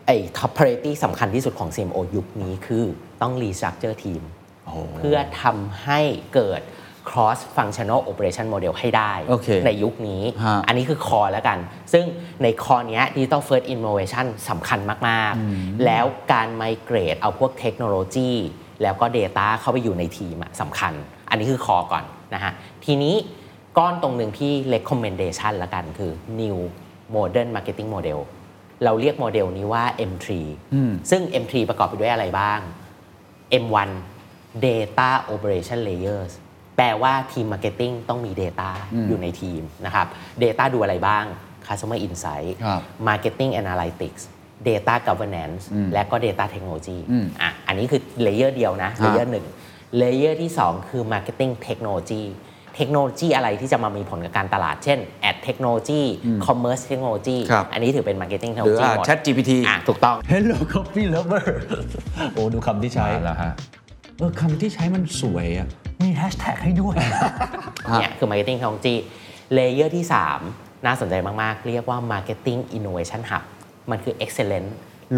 [SPEAKER 1] ไอ้ top priority สำคัญที่สุดของ CMO ยุคนี้คือต้อง restructure ทีม
[SPEAKER 2] โอ้โห
[SPEAKER 1] เพื่อทำให้เกิด cross functional operation model ให้ได้
[SPEAKER 2] โอเค
[SPEAKER 1] ในยุคนี้
[SPEAKER 2] ฮะ
[SPEAKER 1] อันนี้คือคอแล้วกัน ซึ่งในคอเนี้ย digital first innovation สำคัญมาก ๆ แล้วการ migrate เอาพวกเทคโนโลยี แล้วก็ data เข้าไปอยู่ในทีมอะสำคัญ อันนี้คือคอก่อนนะฮะ ทีนี้ก้อนตรงหนึ่งที่ recommendation ละกันคือ new modern marketing model เราเรียกโมเดลนี้ว่า M3
[SPEAKER 2] อืม
[SPEAKER 1] ซึ่ง M3 ประกอบไปด้วยอะไรบ้าง M1 Data Operation Layers แปลว่าทีม Marketing ต้องมี Data อยู่ในทีมนะครับ Data ดูอะไรบ้าง Customer Insight
[SPEAKER 2] ครับ
[SPEAKER 1] Marketing Analytics Data Governance และก็ Data Technology
[SPEAKER 2] อืม
[SPEAKER 1] อ่ะอันนี้คือเลเยอร์เดียวนะ
[SPEAKER 2] ครับ
[SPEAKER 1] เลเยอร์หนึ่งเลเยอร์ที่ 2 คือ Marketing Technology เทคโนโลยีอะไรที่จะมามีผลกับการตลาด เช่น Ad Technology Commerce Technology
[SPEAKER 2] ครับ
[SPEAKER 1] อันนี้ถือเป็น Marketing
[SPEAKER 2] หรือ
[SPEAKER 1] Technology หมด
[SPEAKER 2] Chat GPT
[SPEAKER 1] อ่ะถูกต้อง
[SPEAKER 2] Hello Coffee Lover โอ้ดูคำที่ใช้แล้วฮะเออคำที่ใช้มันสวยอ่ะ มีแฮชแท็กให้ด้วย
[SPEAKER 1] เนี่ยคือ Marketing Technology เลเยอร์ที่ 3 น่าสนใจมาก ๆ เรียกว่า Marketing Innovation Hub มันคือ Excellence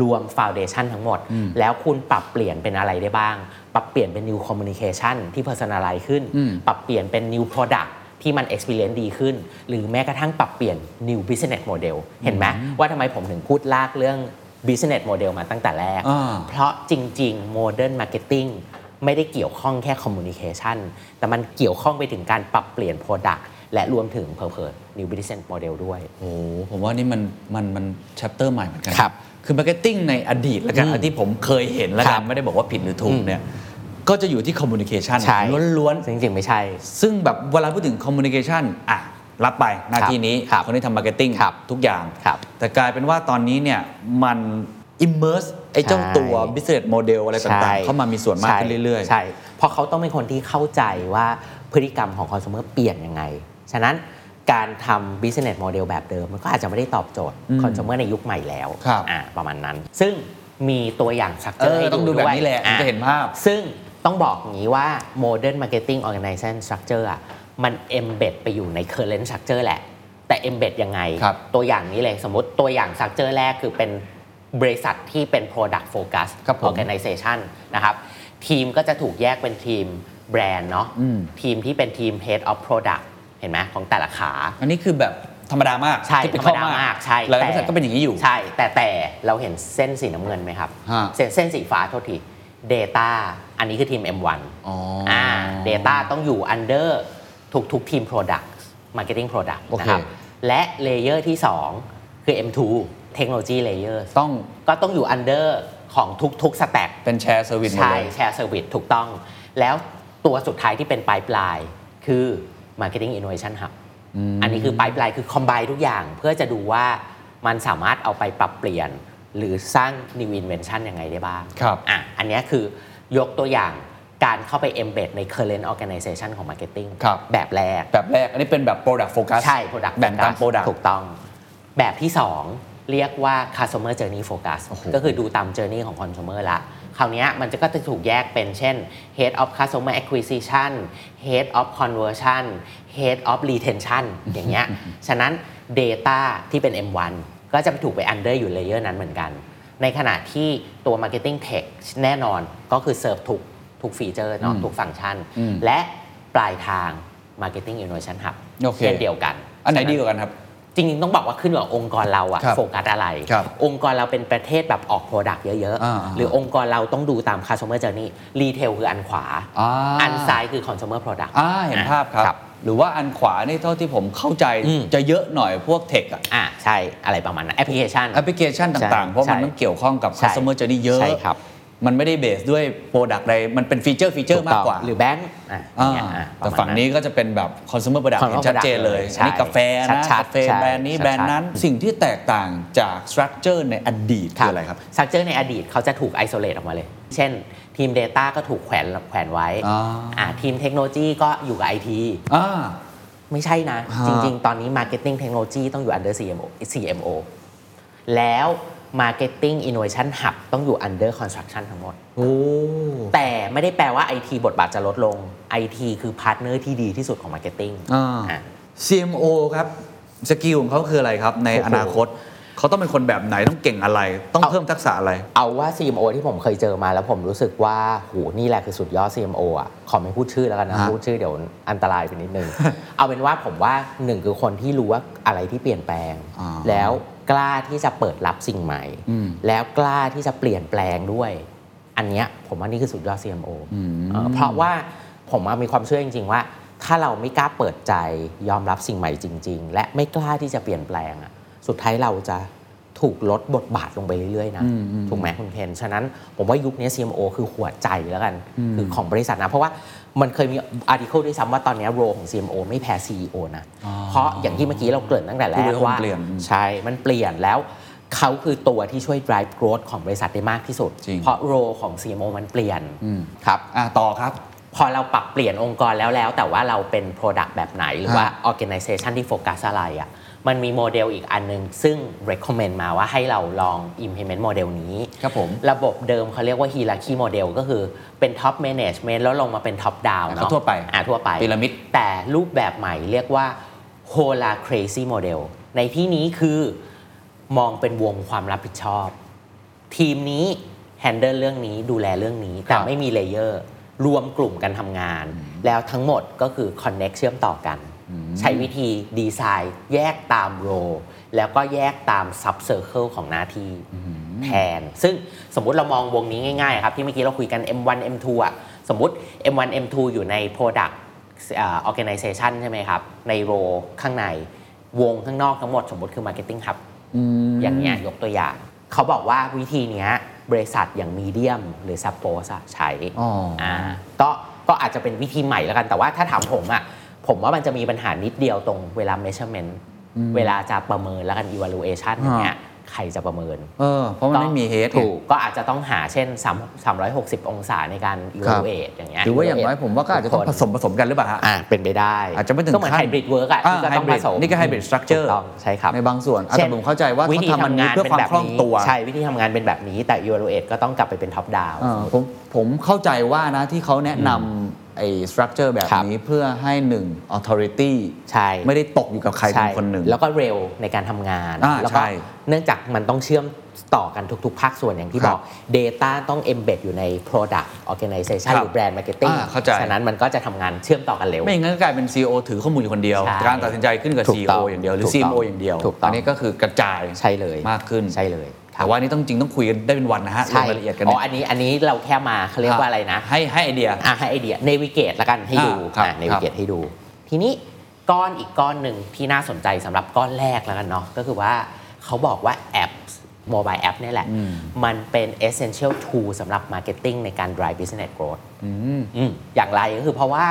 [SPEAKER 1] รวม Foundation ทั้งหมด แล้วคุณปรับเปลี่ยนเป็นอะไรได้บ้าง ปรับเปลี่ยนเป็น New Communication ที่ Personalize ขึ้น ปรับเปลี่ยนเป็น New Product ที่มัน experience ดีขึ้น หรือแม้กระทั่งปรับเปลี่ยน new business model เห็นไหมว่าทำไมผมถึงพูดลากเรื่อง business model มาตั้งแต่แรก
[SPEAKER 2] อ่า
[SPEAKER 1] เพราะจริง ๆ modern marketing ไม่ได้เกี่ยวข้องแค่ communication แต่มันเกี่ยวข้องไปถึงการปรับเปลี่ยน product และรวมถึงเพอเพ new business model ด้วย
[SPEAKER 2] โอ้โหผมว่านี่มันมันมันชัปเตอร์ใหม่เหมือนกัน
[SPEAKER 1] ครับ
[SPEAKER 2] คือมาร์เก็ตติ้งในอดีตละกัน
[SPEAKER 1] อืม
[SPEAKER 2] อันที่ผมเคยเห็นละกั
[SPEAKER 1] ครั
[SPEAKER 2] น
[SPEAKER 1] บ
[SPEAKER 2] ไม่ได้บอกว่าผิดหรือถูก
[SPEAKER 1] อืม
[SPEAKER 2] เนี่ยก็จะอยู่ที่คอมมูนิเคชัน
[SPEAKER 1] ใช่
[SPEAKER 2] ล้วน
[SPEAKER 1] ซึ่งจริง ๆ ไม่ใช่
[SPEAKER 2] ๆ ซึ่งแบบเวลาพูดถึงคอมมูนิเคชันอ่ะ รับไปหน้า
[SPEAKER 1] ครับ
[SPEAKER 2] ที่นี้
[SPEAKER 1] ครับ
[SPEAKER 2] คนที่ทำมาร์เก็ตติ้ง
[SPEAKER 1] ครับ
[SPEAKER 2] ทุกอย่าง
[SPEAKER 1] ครับ
[SPEAKER 2] แต่กลายเป็นว่าตอนนี้เนี่ยมัน immerse ไอ้เจ้า
[SPEAKER 1] ใช่
[SPEAKER 2] ตัว business model อะไรต่างๆ เข้ามามีส่วนมากขึ้นเรื่อย
[SPEAKER 1] ๆ ใช่ เพราะเขาต้องเป็นคนที่เข้าใจว่าพฤติกรรมของคอน sumer เปลี่ยนยังไง ฉะนั้นการทำ business model แบบเดิม มันก็อาจจะไม่ได้ตอบโจทย์
[SPEAKER 2] อืม
[SPEAKER 1] คอน sumer ในยุคใหม่แล้ว
[SPEAKER 2] ครับ
[SPEAKER 1] อ่าประมาณนั้น ซึ่งมีตัวอย่าง
[SPEAKER 2] เอ
[SPEAKER 1] structure
[SPEAKER 2] อ
[SPEAKER 1] ให้
[SPEAKER 2] ต้องดู
[SPEAKER 1] ดู
[SPEAKER 2] แบบ
[SPEAKER 1] ด้วย
[SPEAKER 2] นี้แหละ
[SPEAKER 1] อ่
[SPEAKER 2] ถึงจะเห็นภาพ
[SPEAKER 1] ซึ่งต้องบอกอย่างนี้ว่า modern marketing organization structure อะมัน embed ไปอยู่ใน current structure แหละ แต่ embed ยังไง
[SPEAKER 2] ครับ
[SPEAKER 1] ตัวอย่างนี้เลย สมมติตัวอย่าง structure แรกคือเป็นบริษัทที่เป็น product focus
[SPEAKER 2] ครับผม
[SPEAKER 1] organization นะครับ ทีมก็จะถูกแยกเป็นทีมแบรนด์เนาะ
[SPEAKER 2] อืม
[SPEAKER 1] ทีมที่เป็นทีม head of product เห็นไหมของแต่ละขา
[SPEAKER 2] อันนี้คือแบบธรรมดามาก
[SPEAKER 1] ใช่ธ
[SPEAKER 2] typical
[SPEAKER 1] รรมดามากใช่
[SPEAKER 2] หลาย
[SPEAKER 1] แต่
[SPEAKER 2] บริษัทก็เป็นอย่างนี้อยู่
[SPEAKER 1] ใช่ แต่แต่เราเห็นเส้นสีน้ำเงินไหมครับ
[SPEAKER 2] ฮะ
[SPEAKER 1] เส้นเส้นสีฟ้าโทษที Data อันนี้คือทีม M1
[SPEAKER 2] อ๋ออ
[SPEAKER 1] อ่า Data ต้องอยู่ under ทุกทุกทีม Product Marketing Product
[SPEAKER 2] โอ
[SPEAKER 1] นะ
[SPEAKER 2] เค
[SPEAKER 1] ครับ และเลเยอร์ที่ 2 คือ M2 Technology Layer
[SPEAKER 2] ต้อง
[SPEAKER 1] ก็ต้องอยู่ under ของทุกๆ Stack
[SPEAKER 2] เป็นแชร์เซอร์วิสหมด
[SPEAKER 1] ใช่
[SPEAKER 2] เลย
[SPEAKER 1] แชร์เซอร์วิสถูกต้อง แล้วตัวสุดท้ายที่เป็นปลายปลายๆคือ Marketing Innovation Hub อันนี้คือปลายปลายๆคือคอมไบทุกอย่างเพื่อจะดูว่ามันสามารถเอาไปปรับเปลี่ยน หรือสร้าง New Invention ยังไงได้บ้าง
[SPEAKER 2] ครับ
[SPEAKER 1] อ่ะอันเนี้ยคือยกตัวอย่างการเข้าไป embed ใน current organization ของ Marketing
[SPEAKER 2] ครับ
[SPEAKER 1] แบบแรก
[SPEAKER 2] แบบแรก อันนี้เป็นแบบ Product Focus
[SPEAKER 1] ใช่ Product
[SPEAKER 2] แบ่งตาม
[SPEAKER 1] Focus
[SPEAKER 2] Product
[SPEAKER 1] ถูกต้อง แบบที่ 2 เรียกว่า customer journey focus
[SPEAKER 2] โอ้โห
[SPEAKER 1] ก็คือดูตาม journey ของ consumer ละ คราวเนี้ยมันจะก็จะถูกแยกเป็นเช่น head of customer acquisition head of conversion head of retention อย่างเงี้ย
[SPEAKER 2] [LAUGHS]
[SPEAKER 1] ฉะนั้น data ที่เป็น M1 ก็จะไปถูกไป under อยู่ layer นั้นเหมือนกัน ในขณะที่ตัว marketing tech แน่นอนก็คือเสิร์ฟทุกทุกฟีเจอร์เนาะ
[SPEAKER 2] อืม
[SPEAKER 1] ทุกฟังก์ชัน
[SPEAKER 2] อืม
[SPEAKER 1] และปลายทาง marketing innovation hub
[SPEAKER 2] โอเค
[SPEAKER 1] เช่นเดียวกัน
[SPEAKER 2] อันไหนดีกว่ากันครับ
[SPEAKER 1] จริงๆ ต้องบอกว่าขึ้นอยู่กับองค์กรเราอะ
[SPEAKER 2] ครับ
[SPEAKER 1] โฟกัสอะไร
[SPEAKER 2] ครับ
[SPEAKER 1] องค์กรเราเป็นประเทศแบบออกโปรดักต์เยอะ
[SPEAKER 2] อ่า
[SPEAKER 1] ๆ หรือองค์กรเราต้องดูตาม customer journey รีเทลคืออันขวา
[SPEAKER 2] อ่า
[SPEAKER 1] อันซ้ายคือ consumer product
[SPEAKER 2] อ่าเห็นภาพครับ
[SPEAKER 1] ครับ
[SPEAKER 2] หรือว่าอันขวานี่เท่าที่ผมเข้าใจ
[SPEAKER 1] อืม
[SPEAKER 2] จะเยอะหน่อยพวกเทคอะ
[SPEAKER 1] อ่าใช่อะไรประมาณนั้นแอปพลิเคชัน
[SPEAKER 2] แอปพลิเคชันต่างๆ
[SPEAKER 1] ใช่
[SPEAKER 2] เพราะมันต้องเกี่ยวข้องกับ
[SPEAKER 1] ใช่
[SPEAKER 2] customer journey เยอะ
[SPEAKER 1] ใช่ครับ
[SPEAKER 2] มันไม่ได้เบสด้วย product ใดมันเป็นฟีเจอร์ฟีเจอร์มากกว่า
[SPEAKER 1] หรือแบงค์อ่ะ
[SPEAKER 2] อ่า
[SPEAKER 1] เนี่ยอ่ะประมาณ
[SPEAKER 2] แต่ฝั่งนี้ก็จะเป็นแบบ consumer product เห็
[SPEAKER 1] consumer
[SPEAKER 2] นชัดเจน
[SPEAKER 1] product
[SPEAKER 2] เลย
[SPEAKER 1] ใช่
[SPEAKER 2] อันนี้กาแฟ
[SPEAKER 1] ชัด
[SPEAKER 2] นะ
[SPEAKER 1] ๆ
[SPEAKER 2] กาแฟ
[SPEAKER 1] ใช่
[SPEAKER 2] แบรนด์นี้
[SPEAKER 1] ชัดๆ
[SPEAKER 2] แบรนด์นั้นสิ่งที่แตกต่างจาก structure ในอดีตคืออะไรครับ
[SPEAKER 1] สักเจอในอดีตเขาจะถูก isolate ออกมาเลย เช่นทีม Data ก็ถูกแขวนแขวนไว้
[SPEAKER 2] อ่า
[SPEAKER 1] อ่าทีมเทคโนโลยีก็อยู่กับไอที
[SPEAKER 2] อ่า
[SPEAKER 1] ไม่ใช่นะ
[SPEAKER 2] ฮะ
[SPEAKER 1] จริง ๆ ตอนนี้ Marketing Technology ต้องอยู่ under CMO CMO แล้ว Marketing Innovation Hub ต้องอยู่ under Construction ทั้งหมด
[SPEAKER 2] โอ้
[SPEAKER 1] แต่ไม่ได้แปลว่า IT บทบาทจะลดลง IT คือพาร์ทเนอร์ที่ดีที่สุดของ Marketing
[SPEAKER 2] อ่า
[SPEAKER 1] อ่ะ
[SPEAKER 2] CMO ครับ สกิลของเขาคืออะไรครับ ใน
[SPEAKER 1] โอ้โห
[SPEAKER 2] อนาคต เขาต้องเป็นคนแบบไหนต้องเก่งอะไร ต้องเพิ่มทักษะอะไร
[SPEAKER 1] เอาว่า CMO ที่ผมเคยเจอมาแล้วผมรู้สึกว่าโหนี่แหละคือสุดยอด CMO อ่ะ ขอไม่พูดชื่อแล้วกันนะ
[SPEAKER 2] ฮะ
[SPEAKER 1] พูดชื่อเดี๋ยวอันตรายไปนิดนึง [LAUGHS] เอาเป็นว่าผมว่าหนึ่งคือคนที่รู้ว่าอะไรที่เปลี่ยนแปลง
[SPEAKER 2] อ่า
[SPEAKER 1] แล้วกล้าที่จะเปิดรับสิ่งใหม่
[SPEAKER 2] อืม
[SPEAKER 1] แล้วกล้าที่จะเปลี่ยนแปลงด้วย อันเนี้ยผมว่านี่คือสุดยอด CMO
[SPEAKER 2] อืม
[SPEAKER 1] เอ่อเพราะว่าผมอะมีความเชื่อจริง ๆ ว่า ถ้าเราไม่กล้าเปิดใจยอมรับสิ่งใหม่จริง ๆ และไม่กล้าที่จะเปลี่ยนแปลงอะสุดท้ายเราจะถูกลดบทบาทลงไปเรื่อยๆนะ
[SPEAKER 2] อืมอืม
[SPEAKER 1] ถูกไหมคุณเพนฉะนั้นผมว่ายุคนี้ CMO คือหัวใจแล้วกัน คือของบริษัทนะ เพราะว่ามันเคยมีอาร์ติเคิลด้วยซ้ำว่าตอนนี้โรของ CMO ไม่แพ้ CEO นะ เพราะอย่างที่เมื่อกี้เราเกริ่นตั้งแต่แร
[SPEAKER 2] ผู้
[SPEAKER 1] ก
[SPEAKER 2] บริหาร
[SPEAKER 1] ว่า
[SPEAKER 2] เปลี่ยน
[SPEAKER 1] ใช่ มันเปลี่ยนแล้วเขาคือตัวที่ช่วย drive growth ของบริษัทได้มากที่สุด
[SPEAKER 2] จริง
[SPEAKER 1] เพราะโรของ CMO มันเปลี่ยน
[SPEAKER 2] อืม
[SPEAKER 1] ครับ
[SPEAKER 2] อ่ะต่อครับ
[SPEAKER 1] พอเราปรับเปลี่ยนองค์กรแล้วแล้ว แต่ว่าเราเป็น Product แบบไหนหรือว่า
[SPEAKER 2] ฮะ
[SPEAKER 1] Organization ที่โฟกัสอะไรอะ่ะมันมีโมเดลอีกอันนึงซึ่ง recommend มาว่าให้เราลอง implement โมเดลนี้
[SPEAKER 2] ครับผม
[SPEAKER 1] ระบบเดิมเขาเรียกว่า hierarchy model ก็คือเป็น top management แล้วลงมาเป็น top down
[SPEAKER 2] ก็
[SPEAKER 1] เนาะ
[SPEAKER 2] ทั่วไป
[SPEAKER 1] อ่าทั่วไป
[SPEAKER 2] พีระมิด
[SPEAKER 1] แต่รูปแบบใหม่เรียกว่า hola crazy model ในที่นี้คือมองเป็นวงความรับผิดชอบ ทีมนี้ handle เรื่องนี้ดูแลเรื่องนี้ แต่ไม่มีเลเยอร์รวมกลุ่มกันทำงาน แล้วทั้งหมดก็คือ connect เชื่อมต่อกัน ใช้วิธีดีไซน์แยกตามโรแล้วก็แยกตาม sub circle ของหน้าที่ แทน ซึ่งสมมุติเรามองวงนี้ง่ายๆครับ ที่เมื่อกี้เราคุยกัน M1 M2 อ่ะ สมมุติ M1 M2 อยู่ใน Product เอ่อ Organization ใช่ไหมครับ ในโรข้างในวงข้างนอกทั้งหมดสมมติคือ Marketing Hub อย่างเงี้ยยกตัวอย่าง เขาบอกว่าวิธีเนี้ยบริษัทอย่างมีเดียมหรือซับโ s สใช้
[SPEAKER 2] อ๋ออ่
[SPEAKER 1] าก็ก็อาจจะเป็นวิธีใหม่แล้วกัน แต่ว่าถ้าถามผมอ่ะผมว่ามันจะมีปัญหานิดเดียวตรงเวลา measurement เวลาจะประเมินแล้วกัน evaluation อย่างเงี้ยใครจะประเมิน
[SPEAKER 2] เออเพราะมันไม่มีเฮดไง
[SPEAKER 1] ถูกก็อาจจะต้องหาเช่น3 360 องศาในการ
[SPEAKER 2] ครับ
[SPEAKER 1] evaluate อย่างเงี้ย
[SPEAKER 2] หรือว่าอย่างน้อยผมว่าก็อาจจะต้องผ
[SPEAKER 1] evaluate
[SPEAKER 2] สมผสมกันหรือเปล่าฮะ
[SPEAKER 1] อ่าเป็นไปได้
[SPEAKER 2] อาจจะไม่ถึง
[SPEAKER 1] ก็เหมือน
[SPEAKER 2] ขั้น
[SPEAKER 1] ไฮบริดเวิร์กอ่ะ
[SPEAKER 2] อ่า
[SPEAKER 1] ที่ก็ต้องผ
[SPEAKER 2] hybrid
[SPEAKER 1] สม
[SPEAKER 2] นี่ก็ hybrid structure
[SPEAKER 1] ถูกต้องใช่ครับ
[SPEAKER 2] ในบางส่วนอ่ะแต่ผมเข้าใจว่า
[SPEAKER 1] วิธี
[SPEAKER 2] เขาทำมัน
[SPEAKER 1] ทำงาน
[SPEAKER 2] เพื่อควา
[SPEAKER 1] ป็น
[SPEAKER 2] ม
[SPEAKER 1] แบบ
[SPEAKER 2] คล่องตัว
[SPEAKER 1] นี้ใช่วิธีทำงานเป็นแบบนี้แต่ evaluate ก็ต้องกลับไปเป็น top down
[SPEAKER 2] เอ่อผมผมเข้าใจว่านะที่เขาแนะนำไอ้สตรัคเจอร์แบบ
[SPEAKER 1] ครับ
[SPEAKER 2] นี้เพื่อให้หนึ่ง authority
[SPEAKER 1] ใช่
[SPEAKER 2] ไม่ได้ตกอยู่กับใครเป็นคนหนึ่ง
[SPEAKER 1] แล้วก็เร็วในการทำงาน
[SPEAKER 2] อ่า
[SPEAKER 1] แล้วก็
[SPEAKER 2] ใช่
[SPEAKER 1] เนื่องจากมันต้องเชื่อมต่อกันทุก ๆ ภาคส่วนอย่างที่
[SPEAKER 2] ครับ
[SPEAKER 1] บอก Data ต้อง embed อยู่ใน Product Organization
[SPEAKER 2] ครับ
[SPEAKER 1] หรือ Brand Marketing
[SPEAKER 2] อ่าเข้าใจ
[SPEAKER 1] ฉะนั้นมันก็จะทำงานเชื่อมต่อกันเร็ว
[SPEAKER 2] ไม่อย่างนั้นก็กลายเป็น CEO ถือข้อมูลอยู่คนเดียว
[SPEAKER 1] ใช่
[SPEAKER 2] การตัดสินใจขึ้นกับ
[SPEAKER 1] ถูกต้
[SPEAKER 2] CEO
[SPEAKER 1] อง
[SPEAKER 2] อย่างเดียวหรือ
[SPEAKER 1] ถูกต้อง
[SPEAKER 2] CMO อย่างเดียว
[SPEAKER 1] ถูกต้อง
[SPEAKER 2] นนี้ก็คือกระจาย
[SPEAKER 1] ใช่เลย
[SPEAKER 2] มากขึ้น
[SPEAKER 1] ใช่เลยครับ
[SPEAKER 2] แต่ว่านี่ต้องจริงต้องคุยกันได้เป็นวันนะฮะล
[SPEAKER 1] ใช่
[SPEAKER 2] งรายละเอียดกัน
[SPEAKER 1] อ๋
[SPEAKER 2] เนี่
[SPEAKER 1] อย อันนี้อันนี้เราแค่มาเขาเรียกว่าอะไรนะ
[SPEAKER 2] ให้ให้ไอเดีย
[SPEAKER 1] อ่ะให้ไอเดียเนวิเกตละกันให้ดู
[SPEAKER 2] อ่าครับ
[SPEAKER 1] เนวิเกตให้ดู ทีนี้ก้อนอีกก้อนหนึ่งที่น่าสนใจสำหรับก้อนแรกแล้วกันเนาะก็คือว่าเขาบอกว่าแอปโมบายแอปนี่ยแหละ มันเป็น essential tool สำหรับ marketing ในการ drive business growth อืมอย่างไรก็คือเพราะว่า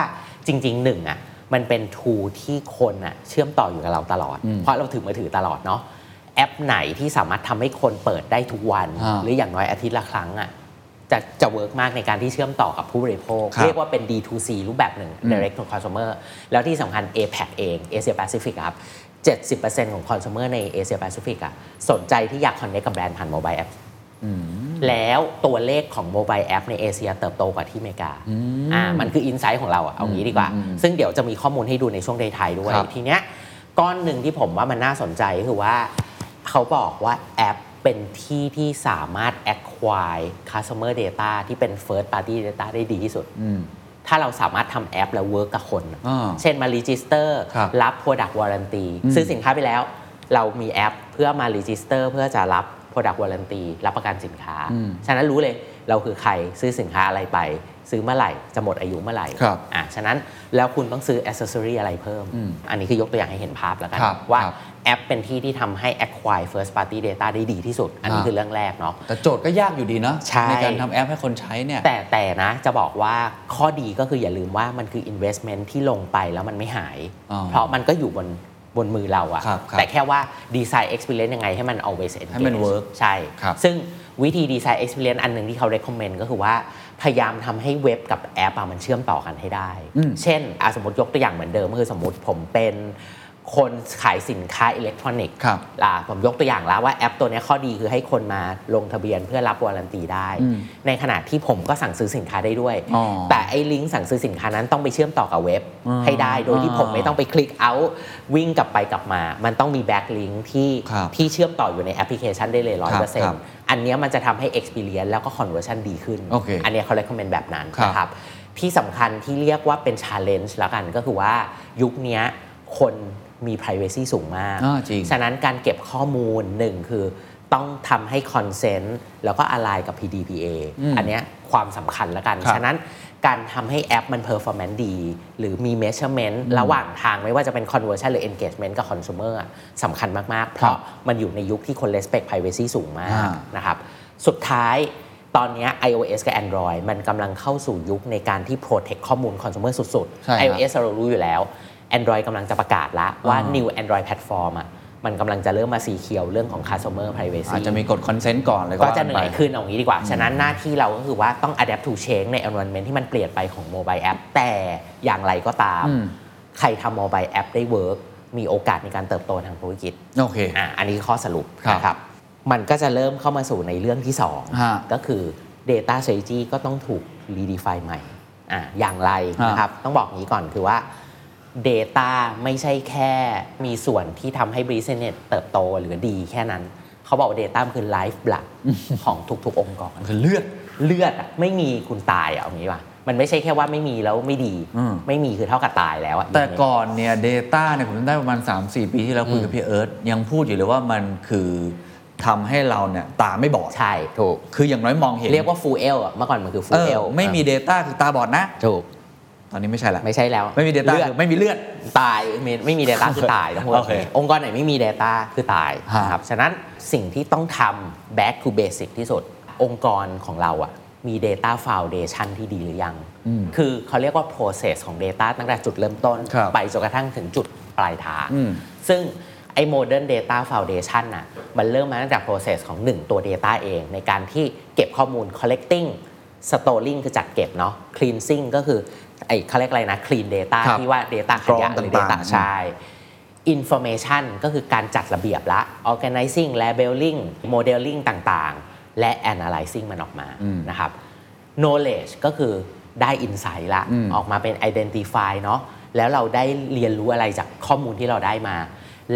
[SPEAKER 1] จริงๆหนึ่งอ่ะมันเป็น tool ที่คนอ่ะเชื่อมต่ออยู่กับเราตลอด เพราะเราถือมือถือตลอดเนาะแอปไหนที่สามารถทำให้คนเปิดได้ทุกวัน
[SPEAKER 2] อ่า
[SPEAKER 1] หรืออย่างน้อยอาทิตย์ละครั้งอ่ะ จะจะเวิร์กมากในการที่เชื่อมต่อกับผู้บริโภค
[SPEAKER 2] ครับ
[SPEAKER 1] เรียกว่าเป็น D2C รูปแบบหนึ่ง direct to consumer แล้วที่สำคัญ APAC เอง Asia Pacific ครับ 70%ของ consumer ใน Asia Pacific อะสนใจที่อยาก connect กับแบรนด์ผ่าน mobile app แล้วตัวเลขของ mobile app ในเอเชียเติบโตกว่าที่อเมริกาอ่ามันคืออินไซต์ของเราอะเอางี้ดีกว่า ซึ่งเดี๋ยวจะมีข้อมูลให้ดูในช่วงไทายๆด้วย
[SPEAKER 2] ครับ
[SPEAKER 1] ทีเนี้ยก้อนหนึ่งที่ผมว่ามันน่าสนใจก็คือว่า เขาบอกว่าแอปเป็นที่ที่สามารถ acquire customer data ที่เป็น first party data ได้ดีที่สุด ถ้าเราสามารถทำแอปแล้ว work กับคนน่ะ
[SPEAKER 2] อ่า
[SPEAKER 1] เช่นมา register
[SPEAKER 2] ครับ
[SPEAKER 1] รับ product warranty ซื้อสินค้าไปแล้ว เรามีแอปเพื่อมา register เพื่อจะรับ product warranty รับประกันสินค้า ฉะนั้นรู้เลยเราคือใครซื้อสินค้าอะไรไป ซื้อเมื่อไหร่ จะหมดอายุเมื่อไหร่
[SPEAKER 2] ครับ
[SPEAKER 1] อ่ะฉะนั้นแล้วคุณต้องซื้อ accessory อะไรเพิ่ม อันนี้คือยกตัวอย่างให้เห็นภาพแล้วกัน
[SPEAKER 2] ครับ
[SPEAKER 1] ว่า
[SPEAKER 2] ครับ
[SPEAKER 1] แอปเป็นที่ที่ทำให้ acquire first party data ได้ดีที่สุด อันนี้คือเรื่องแรกเนาะ
[SPEAKER 2] แต่โจทย์ก็ยากอยู่ดีเนาะ
[SPEAKER 1] ใช่
[SPEAKER 2] ในการทำแอปให้คนใช้เนี่ย
[SPEAKER 1] แต่แต่นะจะบอกว่าข้อดีก็คืออย่าลืมว่ามันคือ investment ที่ลงไปแล้วมันไม่หาย
[SPEAKER 2] อ๋อ
[SPEAKER 1] เพราะมันก็อยู่บนบนมือเรา
[SPEAKER 2] ครั
[SPEAKER 1] อะ
[SPEAKER 2] บครับ
[SPEAKER 1] แต่แค่ว่า design experience ยังไงให้มัน always engage
[SPEAKER 2] ให้มัน work
[SPEAKER 1] ใช่
[SPEAKER 2] ครับ
[SPEAKER 1] ซึ่งวิธี design experience อันหนึ่งที่เขา recommend ก็คือว่าพยายามทำให้เว็บกับแอปอะมันเชื่อมต่อกันให้ได้
[SPEAKER 2] อืม
[SPEAKER 1] เช่นอ่ะสมมติยกตัวอย่างเหมือนเดิมก็คือสมมติผมเป็น คนขายสินค้าอิเล็กทรอนิกส์
[SPEAKER 2] ครับ
[SPEAKER 1] อ่าผมยกตัวอย่างแล้วว่าแอปตัวเนี้ยข้อดีคือให้คนมาลงทะเบียนเพื่อรับวารันตีได้
[SPEAKER 2] อืม
[SPEAKER 1] ในขณะที่ผมก็สั่งซื้อสินค้าได้ด้วย
[SPEAKER 2] อ๋อ
[SPEAKER 1] แต่ไอ้ลิงก์สั่งซื้อสินค้านั้นต้องไปเชื่อมต่อกับเว็บ
[SPEAKER 2] อ๋อ
[SPEAKER 1] ให้ได้โดยที่ผมไม่ต้องไปคลิกเอาวิ่งกลับไปกลับมา มันต้องมีแบ็กลิงก์ที่
[SPEAKER 2] ครับ
[SPEAKER 1] ที่เชื่อมต่ออยู่ในแอปพลิเคชันได้เลยร้อยเปอร์เซ็น
[SPEAKER 2] ครั
[SPEAKER 1] ต์
[SPEAKER 2] บ
[SPEAKER 1] อันเนี้ยมันจะทำให้ Experience แล้วก็ Conversion ดีขึ้น
[SPEAKER 2] โอเค
[SPEAKER 1] อันเนี้ยเขา recommend แบบนั้น
[SPEAKER 2] ครับ
[SPEAKER 1] นะครับ ที่สำคัญที่เรียกว่าเป็น challenge แล้วกันก็คือว่ายุคเนี้ยคนมี privacy สูงมาก
[SPEAKER 2] อ่าจริง
[SPEAKER 1] ฉะนั้นการเก็บข้อมูลหนึ่งคือต้องทำให้ consent แล้วก็อะไรกับ PDPA
[SPEAKER 2] อืม
[SPEAKER 1] อันเนี้ยความสำคัญแล้วกัน
[SPEAKER 2] ครับ
[SPEAKER 1] ฉะนั้นการทำให้แอปมัน performance ดี หรือมี measurement ระหว่างทางไม่ว่าจะเป็น conversion หรือ engagement กับ consumer อะสำคัญมาก ๆ เพราะมันอยู่ในยุคที่คน respect privacy สูงมาก
[SPEAKER 2] อ่า
[SPEAKER 1] นะครับสุดท้ายตอนเนี้ย iOS กับ Android มันกำลังเข้าสู่ยุคในการที่ Protect ข้อมูลคอน sumer สุด
[SPEAKER 2] ใช่ครั
[SPEAKER 1] ๆ
[SPEAKER 2] บ
[SPEAKER 1] iOS เรารู้อยู่แล้ว Android กำลังจะประกาศละว่า new Android platform อ่ะมันกำลังจะเริ่มมาสีเขียวเรื่องของ customer
[SPEAKER 2] อาจ
[SPEAKER 1] privacy
[SPEAKER 2] จะมีกฎคอนเซนต์ก่อนเลย
[SPEAKER 1] ก็
[SPEAKER 2] ว่า
[SPEAKER 1] จะ
[SPEAKER 2] กั
[SPEAKER 1] เห
[SPEAKER 2] ไป
[SPEAKER 1] นื่อยขึ้นเอางี้ดีกว่า ฉะนั้นหน้าที่เราก็คือว่าต้อง adapt to change ใน environment ที่มันเปลี่ยนไปของ mobile app แต่อย่างไรก็ตาม
[SPEAKER 2] อืม
[SPEAKER 1] ใครทำ mobile app ได้ work มีโอกาสในการเติบโตทางธุรกิจ
[SPEAKER 2] โอเค
[SPEAKER 1] อ่ะอันนี้ข้อสรุป
[SPEAKER 2] ครับ
[SPEAKER 1] นะครับ มันก็จะเริ่มเข้ามาสู่ในเรื่องที่
[SPEAKER 2] ฮะ
[SPEAKER 1] 2 ก็คือ Data Strategy ก็ต้องถูก redefine ใหม่อ่ะอย่างไร
[SPEAKER 2] ฮะ
[SPEAKER 1] นะครับ ต้องบอกอย่างนี้ก่อนคือว่า Data ไม่ใช่แค่มีส่วนที่ทำให้ Business เติบโตหรือดีแค่นั้น เขาบอกว่า Data มันคือ Life
[SPEAKER 2] [LAUGHS]
[SPEAKER 1] Blood ของทุกๆ องค์กร
[SPEAKER 2] มันคือเลือด
[SPEAKER 1] เลือดอะไม่มีคุณตายอะเอางี้ว่ะมันไม่ใช่แค่ว่าไม่มีแล้วไม่ดี
[SPEAKER 2] อืม
[SPEAKER 1] ไม่มีคือเท่ากับตายแล้วอะ
[SPEAKER 2] แต่ก่อนเนี่ย Data เนี่ยผมจำได้ประมาณ 3-4 ปีที่แล้วคุยกับพี่เอิร์ธยังพูดอยู่เลยว่ามันคือทำให้เราเนี่ยตาไม่บอด
[SPEAKER 1] ใช่ถูก
[SPEAKER 2] คืออย่างน้อยมองเห็น
[SPEAKER 1] เรียกว่า Fuel อะเมื่อก่อนมันคือ
[SPEAKER 2] เอ
[SPEAKER 1] Fuel
[SPEAKER 2] อไม่มี Data คือตาบอดนะ
[SPEAKER 1] ถูก
[SPEAKER 2] ตอนนี้ไม่ใช่ละ
[SPEAKER 1] ไม่ใช่แล้ว
[SPEAKER 2] ไม่มี Data
[SPEAKER 1] เลือด
[SPEAKER 2] คือไม่มีเลือด
[SPEAKER 1] ตายไม่ไม่มี Data คือตายต้องพูด
[SPEAKER 2] โอเค
[SPEAKER 1] แบบนี้องค์กรไหนไม่มี Data คือตาย
[SPEAKER 2] ฮะ
[SPEAKER 1] นะครับฉะนั้นสิ่งที่ต้องทำ back to basic ที่สุด องค์กรของเราอะมี Data Foundation ที่ดีหรือยัง
[SPEAKER 2] อืม
[SPEAKER 1] คือเขาเรียกว่า process ของ Data ตั้งแต่จุดเริ่มต้น
[SPEAKER 2] ครับ
[SPEAKER 1] ไปจนกระทั่งถึงจุดปลายทาง
[SPEAKER 2] อืม
[SPEAKER 1] ซึ่งไอ้ modern data foundation น่ะมันเริ่มมาตั้งแต่ process ของ 1 ตัว data เอง ในการที่เก็บข้อมูล collecting storing คือจัดเก็บเนาะ cleansing ก็คือไอ้เขาเรียกอะไรนะ clean data
[SPEAKER 2] ครับ
[SPEAKER 1] ที่ว่า data ขยะหรือ
[SPEAKER 2] กร
[SPEAKER 1] data
[SPEAKER 2] องต่างๆ
[SPEAKER 1] ใช่ information ก็คือการจัดระเบียบละ organizing labeling modeling ต่างๆ และ analyzing มันออกมา
[SPEAKER 2] อืม
[SPEAKER 1] นะครับ knowledge ก็คือได้ insight ละ
[SPEAKER 2] อืม
[SPEAKER 1] ออกมาเป็น identify เนาะแล้วเราได้เรียนรู้อะไรจากข้อมูลที่เราได้มา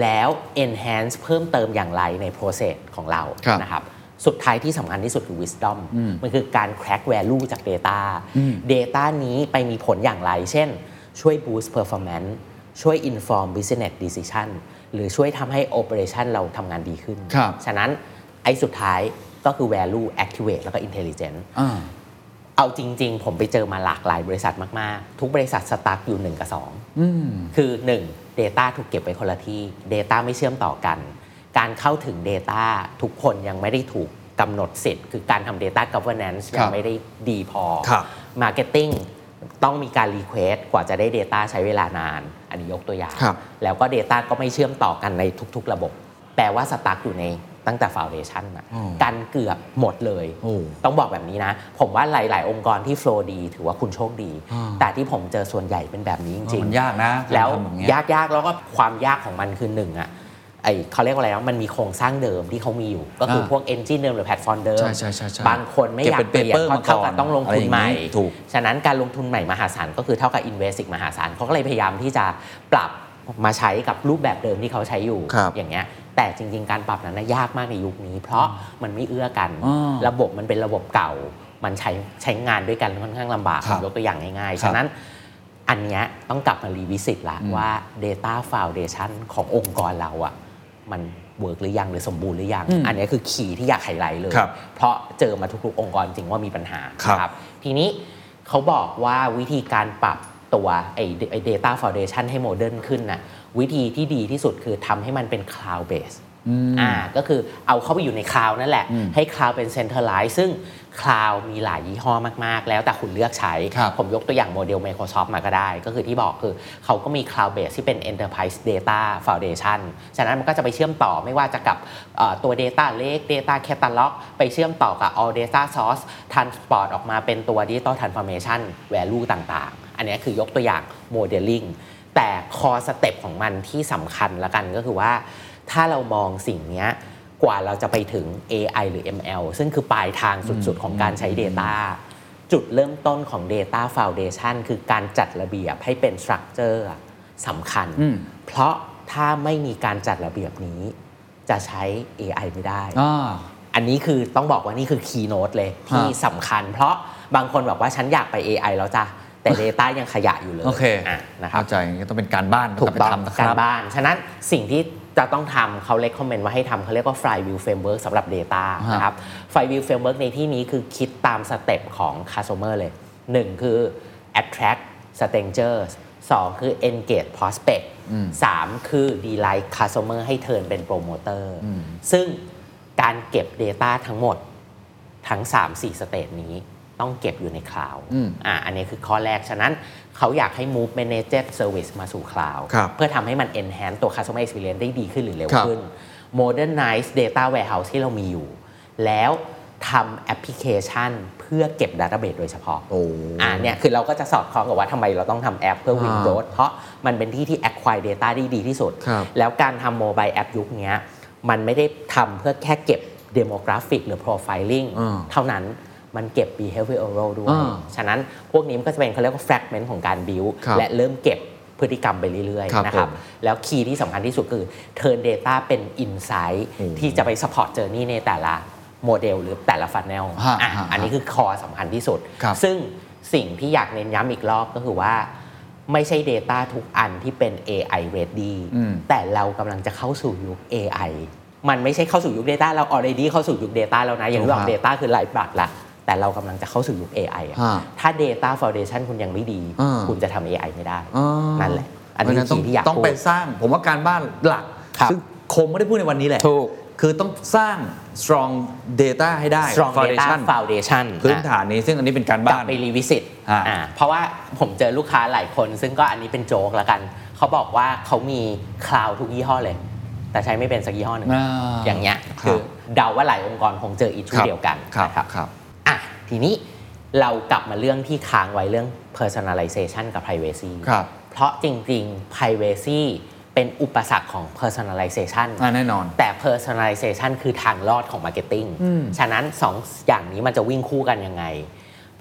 [SPEAKER 1] แล้ว enhance เพิ่มเติมอย่างไรใน process ของเรา
[SPEAKER 2] ครับ
[SPEAKER 1] นะครับสุดท้ายที่สำคัญที่สุดคือ wisdom
[SPEAKER 2] อืม
[SPEAKER 1] มันคือการ crack value จาก data
[SPEAKER 2] อืม
[SPEAKER 1] data นี้ไปมีผลอย่างไร เช่น ช่วย boost performance ช่วย inform business decision หรือช่วยทำให้ operation เราทำงานดีขึ้น
[SPEAKER 2] ครับ
[SPEAKER 1] ฉะนั้นไอ้สุดท้ายก็คือ value activate แล้วก็ intelligence
[SPEAKER 2] อ่า
[SPEAKER 1] เอาจริง ๆ ผมไปเจอมาหลากหลายบริษัทมาก ๆ ทุกบริษัทสตาร์ทอยู่ 1 กับ
[SPEAKER 2] อืม
[SPEAKER 1] 2 คือ 1 Data ถูกเก็บไว้คนละที่ Data ไม่เชื่อมต่อกัน การเข้าถึง Data ทุกคนยังไม่ได้ถูกกำหนดสิทธิ์ คือการทำ Data Governance
[SPEAKER 2] ค
[SPEAKER 1] ยั
[SPEAKER 2] รั
[SPEAKER 1] ง
[SPEAKER 2] บ
[SPEAKER 1] ไม่ได้ดีพอ
[SPEAKER 2] ครับ
[SPEAKER 1] Marketing ต้องมีการรีเควสกว่าจะได้ Data ใช้เวลานาน อันนี้ยกตัวอย่าง
[SPEAKER 2] ครับ
[SPEAKER 1] แล้วก็ Data ก็ไม่เชื่อมต่อกันในทุก ๆ ระบบ แปลว่าสตาร์ทอยู่ในตั้งแต่ Foundation นะ
[SPEAKER 2] อ๋อ
[SPEAKER 1] กันเกือบหมดเลย
[SPEAKER 2] โอ้
[SPEAKER 1] ต้องบอกแบบนี้นะ ผมว่าหลาย ๆ องค์กรที่โฟล์ดี ถือว่าคุณโชคดี
[SPEAKER 2] อ่า
[SPEAKER 1] แต่ที่ผมเจอส่วนใหญ่เป็นแบบนี้จริง
[SPEAKER 2] มันยากนะ
[SPEAKER 1] แล้ว
[SPEAKER 2] ทำบบเนี้
[SPEAKER 1] ยากยากๆแล้วก็ความยากของมันคือหนึ่งอ่ะไอเขาเรียกว่าอะไรนะมันมีโครงสร้างเดิมที่เขามีอยู่ ก็คือ
[SPEAKER 2] อ่า
[SPEAKER 1] พวกเอนจินเดิมหรือแพลตฟอร์มเดิม
[SPEAKER 2] ใช่ใช่ใช่ใช่
[SPEAKER 1] บางคนไม่อยากเป
[SPEAKER 2] เก็บเป็น
[SPEAKER 1] ลี่ยน
[SPEAKER 2] paper
[SPEAKER 1] เพราะเท่ากับ
[SPEAKER 2] มาก่อน
[SPEAKER 1] ต้องลงทุนใหม่
[SPEAKER 2] อะไรอย่างนี้ถูก
[SPEAKER 1] ฉะนั้นการลงทุนใหม่มหาศาลก็คือเท่ากับอินเวสต์อีกมหาศาลเขาก็เลยพยายามที่จะปรับมาใช้กับรูปแบบเดิมที่เขาใช้อยู่
[SPEAKER 2] ครับ
[SPEAKER 1] อย่างเงี้ยแต่จริง ๆ การปรับนั้นนะยากมากในยุคนี้ เพราะมันไม่เอื้อกัน
[SPEAKER 2] อ่า
[SPEAKER 1] ระบบมันเป็นระบบเก่า มันใช้ใช้งานด้วยกันค่อนข้างลำบาก
[SPEAKER 2] ครับ
[SPEAKER 1] ยกตัวอย่างง่าย
[SPEAKER 2] ค
[SPEAKER 1] ๆ
[SPEAKER 2] รับ
[SPEAKER 1] ฉะนั้น อันเนี้ยต้องกลับมารีวิสิตละว่า Data Foundation ขององค์กรเราอะ่ะมันเวิร์กหรือยังหรือสมบูรณ์หรือยัง
[SPEAKER 2] อืม
[SPEAKER 1] อันเนี้ยคือขีย์ที่อยากไฮไลท์เลย
[SPEAKER 2] ครับ
[SPEAKER 1] เพราะเจอมาทุกๆองค์กรจริงว่ามีปัญหา
[SPEAKER 2] ครับ
[SPEAKER 1] นะทีนี้เขาบอกว่าวิธีการปรับตัวไอ้ไอ้ data foundation ให้โมเดิร์นขึ้นน่ะวิธีที่ดีที่สุดคือทำให้มันเป็น cloud base อ่าก็คือเอาเข้าไปอยู่ในคลาวนั่นแหละ
[SPEAKER 2] อืม
[SPEAKER 1] ให้ Cloud เป็น Centralized ซึ่ง Cloud มีหลายยี่ห้อมาก ๆ แล้วแต่คุณเลือกใช้
[SPEAKER 2] ครับ
[SPEAKER 1] ผมยกตัวอย่างโมเดล Microsoft มาก็ได้ ก็คือที่บอกคือเขาก็มี Cloud Base ที่เป็น Enterprise Data Foundation ฉะนั้นมันก็จะไปเชื่อมต่อไม่ว่าจะกับเอ่อตัว Data Lake Data Catalog ไปเชื่อมต่อกับ All Data Source Transport ออกมาเป็นตัว Digital Transformation Value ต่าง ๆ อันเนี้ยคือยกตัวอย่าง Modeling แต่คอสเต็ปของมันที่สำคัญละกันก็คือว่า ถ้าเรามองสิ่งเนี้ยกว่าเราจะไปถึง AI หรือ ML ซึ่งคือปลายทางสุดๆ ของการใช้ Data จุดเริ่มต้นของ Data Foundation คือการจัดระเบียบให้เป็นสตรัคเจอร์สำคัญ
[SPEAKER 2] อืม
[SPEAKER 1] เพราะถ้าไม่มีการจัดระเบียบนี้จะใช้ AI ไม่ได้
[SPEAKER 2] อ่า
[SPEAKER 1] อันนี้คือต้องบอกว่านี่คือคีย์โน้ตเลยที่
[SPEAKER 2] ฮะ
[SPEAKER 1] สำคัญ เพราะบางคนบอกว่าฉันอยากไป AI แล้วจ้ะแต่ Data ยังขยะอยู่เลย
[SPEAKER 2] โอเค
[SPEAKER 1] ะนะครับ
[SPEAKER 2] เข้าใจก็ต้องเป็นการบ้าน
[SPEAKER 1] ถูก
[SPEAKER 2] ไป
[SPEAKER 1] ต้อง
[SPEAKER 2] ทำนะค
[SPEAKER 1] การ
[SPEAKER 2] รับ
[SPEAKER 1] บ้าน ฉะนั้นสิ่งที่จะต้องทำเขา recommend ว่าให้ทำเขาเรียกว่า Flywheel Framework สำหรับ Data
[SPEAKER 2] ฮะ
[SPEAKER 1] นะครับ Flywheel Framework ในที่นี้คือคิดตามสเต็ปของ Customer เลย 1 คือ attract strangers 2 คือ engage prospect 3 คือ delight customer ให้ turn เป็น promoter ซึ่งการเก็บ Data ทั้งหมด ทั้ง 3 4 สเตจนี้ต้องเก็บอยู่ในคลาว
[SPEAKER 2] อืม
[SPEAKER 1] อ่าอันนี้คือข้อแรก ฉะนั้นเขาอยากให้ move managed service มาสู่คลาว
[SPEAKER 2] ครับ
[SPEAKER 1] เพื่อทำให้มัน enhance ตัว customer experience ได้ดีขึ้นหรือเร็ว
[SPEAKER 2] ครับ
[SPEAKER 1] ขึ้น modernize data warehouse ที่เรามีอยู่ แล้วทำแอปพลิเคชันเพื่อเก็บ database โดยเฉพาะ
[SPEAKER 2] โอ้
[SPEAKER 1] อ่าเนี่ยคือเราก็จะสอดคล้องกับว่าทำไมเราต้องทำแอปเพื่อ win
[SPEAKER 2] อ่า
[SPEAKER 1] growth เพราะมันเป็นที่ที่ acquire data ได้ดีที่สุด
[SPEAKER 2] ครับ
[SPEAKER 1] แล้วการทำโมบายแอปยุคเนี้ยมันไม่ได้ทำเพื่อแค่เก็บ demographic หรือ profiling
[SPEAKER 2] อ่า
[SPEAKER 1] เท่านั้นมันเก็บ behavioral ด้วย
[SPEAKER 2] อ่า
[SPEAKER 1] ฉะนั้นพวกนี้มันก็จะเป็นเขาเรียกว่า fragment ของการ build
[SPEAKER 2] ครับ
[SPEAKER 1] และเริ่มเก็บพฤติกรรมไปเรื่อย
[SPEAKER 2] ครับ
[SPEAKER 1] ๆนะครับ
[SPEAKER 2] ผม
[SPEAKER 1] แล้วคีย์ที่สำคัญที่สุดคือ turn data เป็น insight
[SPEAKER 2] อืม
[SPEAKER 1] ที่จะไป support journey ในแต่ละโมเดลหรือแต่ละ funnel
[SPEAKER 2] ฮะ
[SPEAKER 1] อ่ะ
[SPEAKER 2] ฮะ
[SPEAKER 1] อันนี้คือคอสำคัญที่สุด
[SPEAKER 2] ครับ
[SPEAKER 1] ซึ่งสิ่งที่อยากเน้นย้ำอีกรอบก็คือว่า ไม่ใช่ Data ทุกอันที่เป็น AI ready
[SPEAKER 2] อืม
[SPEAKER 1] แต่เรากำลังจะเข้าสู่ยุค AI มันไม่ใช่เข้าสู่ยุค Data เรา already เข้าสู่ยุค Data แล้วนะ อย่างที่บอ
[SPEAKER 2] ครั
[SPEAKER 1] ก
[SPEAKER 2] บ
[SPEAKER 1] Data คือไลฟ์บัตรละแต่เรากำลังจะเข้าสู่ยุค AI อะ
[SPEAKER 2] ฮะ
[SPEAKER 1] ถ้า Data Foundation คุณยังไม่ดี
[SPEAKER 2] อ่า
[SPEAKER 1] คุณจะทำ AI ไม่ได้
[SPEAKER 2] อ่า
[SPEAKER 1] นั่นแหละ อันนี้
[SPEAKER 2] เพราะฉะ
[SPEAKER 1] สิ่งที่อยาก
[SPEAKER 2] ต้อง
[SPEAKER 1] พู
[SPEAKER 2] ไป
[SPEAKER 1] ด
[SPEAKER 2] สร้าง ผมว่าการบ้านหลัก
[SPEAKER 1] ครับ
[SPEAKER 2] ซึ่งคงไม่ได้พูดในวันนี้แหละ
[SPEAKER 1] ถูก
[SPEAKER 2] คือต้องสร้าง strong data ให้ได้
[SPEAKER 1] strong data
[SPEAKER 2] foundation
[SPEAKER 1] foundation
[SPEAKER 2] พื้น
[SPEAKER 1] อ่ะ
[SPEAKER 2] ฐานนี้ซึ่งอันนี้เป็นการ
[SPEAKER 1] กลับ
[SPEAKER 2] บ้าน
[SPEAKER 1] ไปรีวิสิต
[SPEAKER 2] อ่า
[SPEAKER 1] อ่าเพราะว่าผมเจอลูกค้าหลายคน ซึ่งก็อันนี้เป็นโจ๊กละกัน เขาบอกว่าเขามีคลาวทุกยี่ห้อเลย แต่ใช้ไม่เป็นสักยี่ห้อหนึ่ง
[SPEAKER 2] อ่า
[SPEAKER 1] อย่างเงี้ย
[SPEAKER 2] ครับ
[SPEAKER 1] คือเดาว่าหลายองค์กรคงเจออีกชุด
[SPEAKER 2] ครับ
[SPEAKER 1] เดียวกัน
[SPEAKER 2] ครับ
[SPEAKER 1] นะครับ
[SPEAKER 2] ครับ
[SPEAKER 1] อ่ะทีนี้เรากลับมาเรื่องที่ค้างไว้เรื่อง personalization กับ privacy
[SPEAKER 2] ครับ
[SPEAKER 1] เพราะจริงๆ privacy เป็นอุปสรรคของ personalization
[SPEAKER 2] อ่าแน่นอน
[SPEAKER 1] แต่ personalization คือทางรอดของ marketing
[SPEAKER 2] อืม
[SPEAKER 1] ฉะนั้นสองอย่างนี้มันจะวิ่งคู่กันยังไง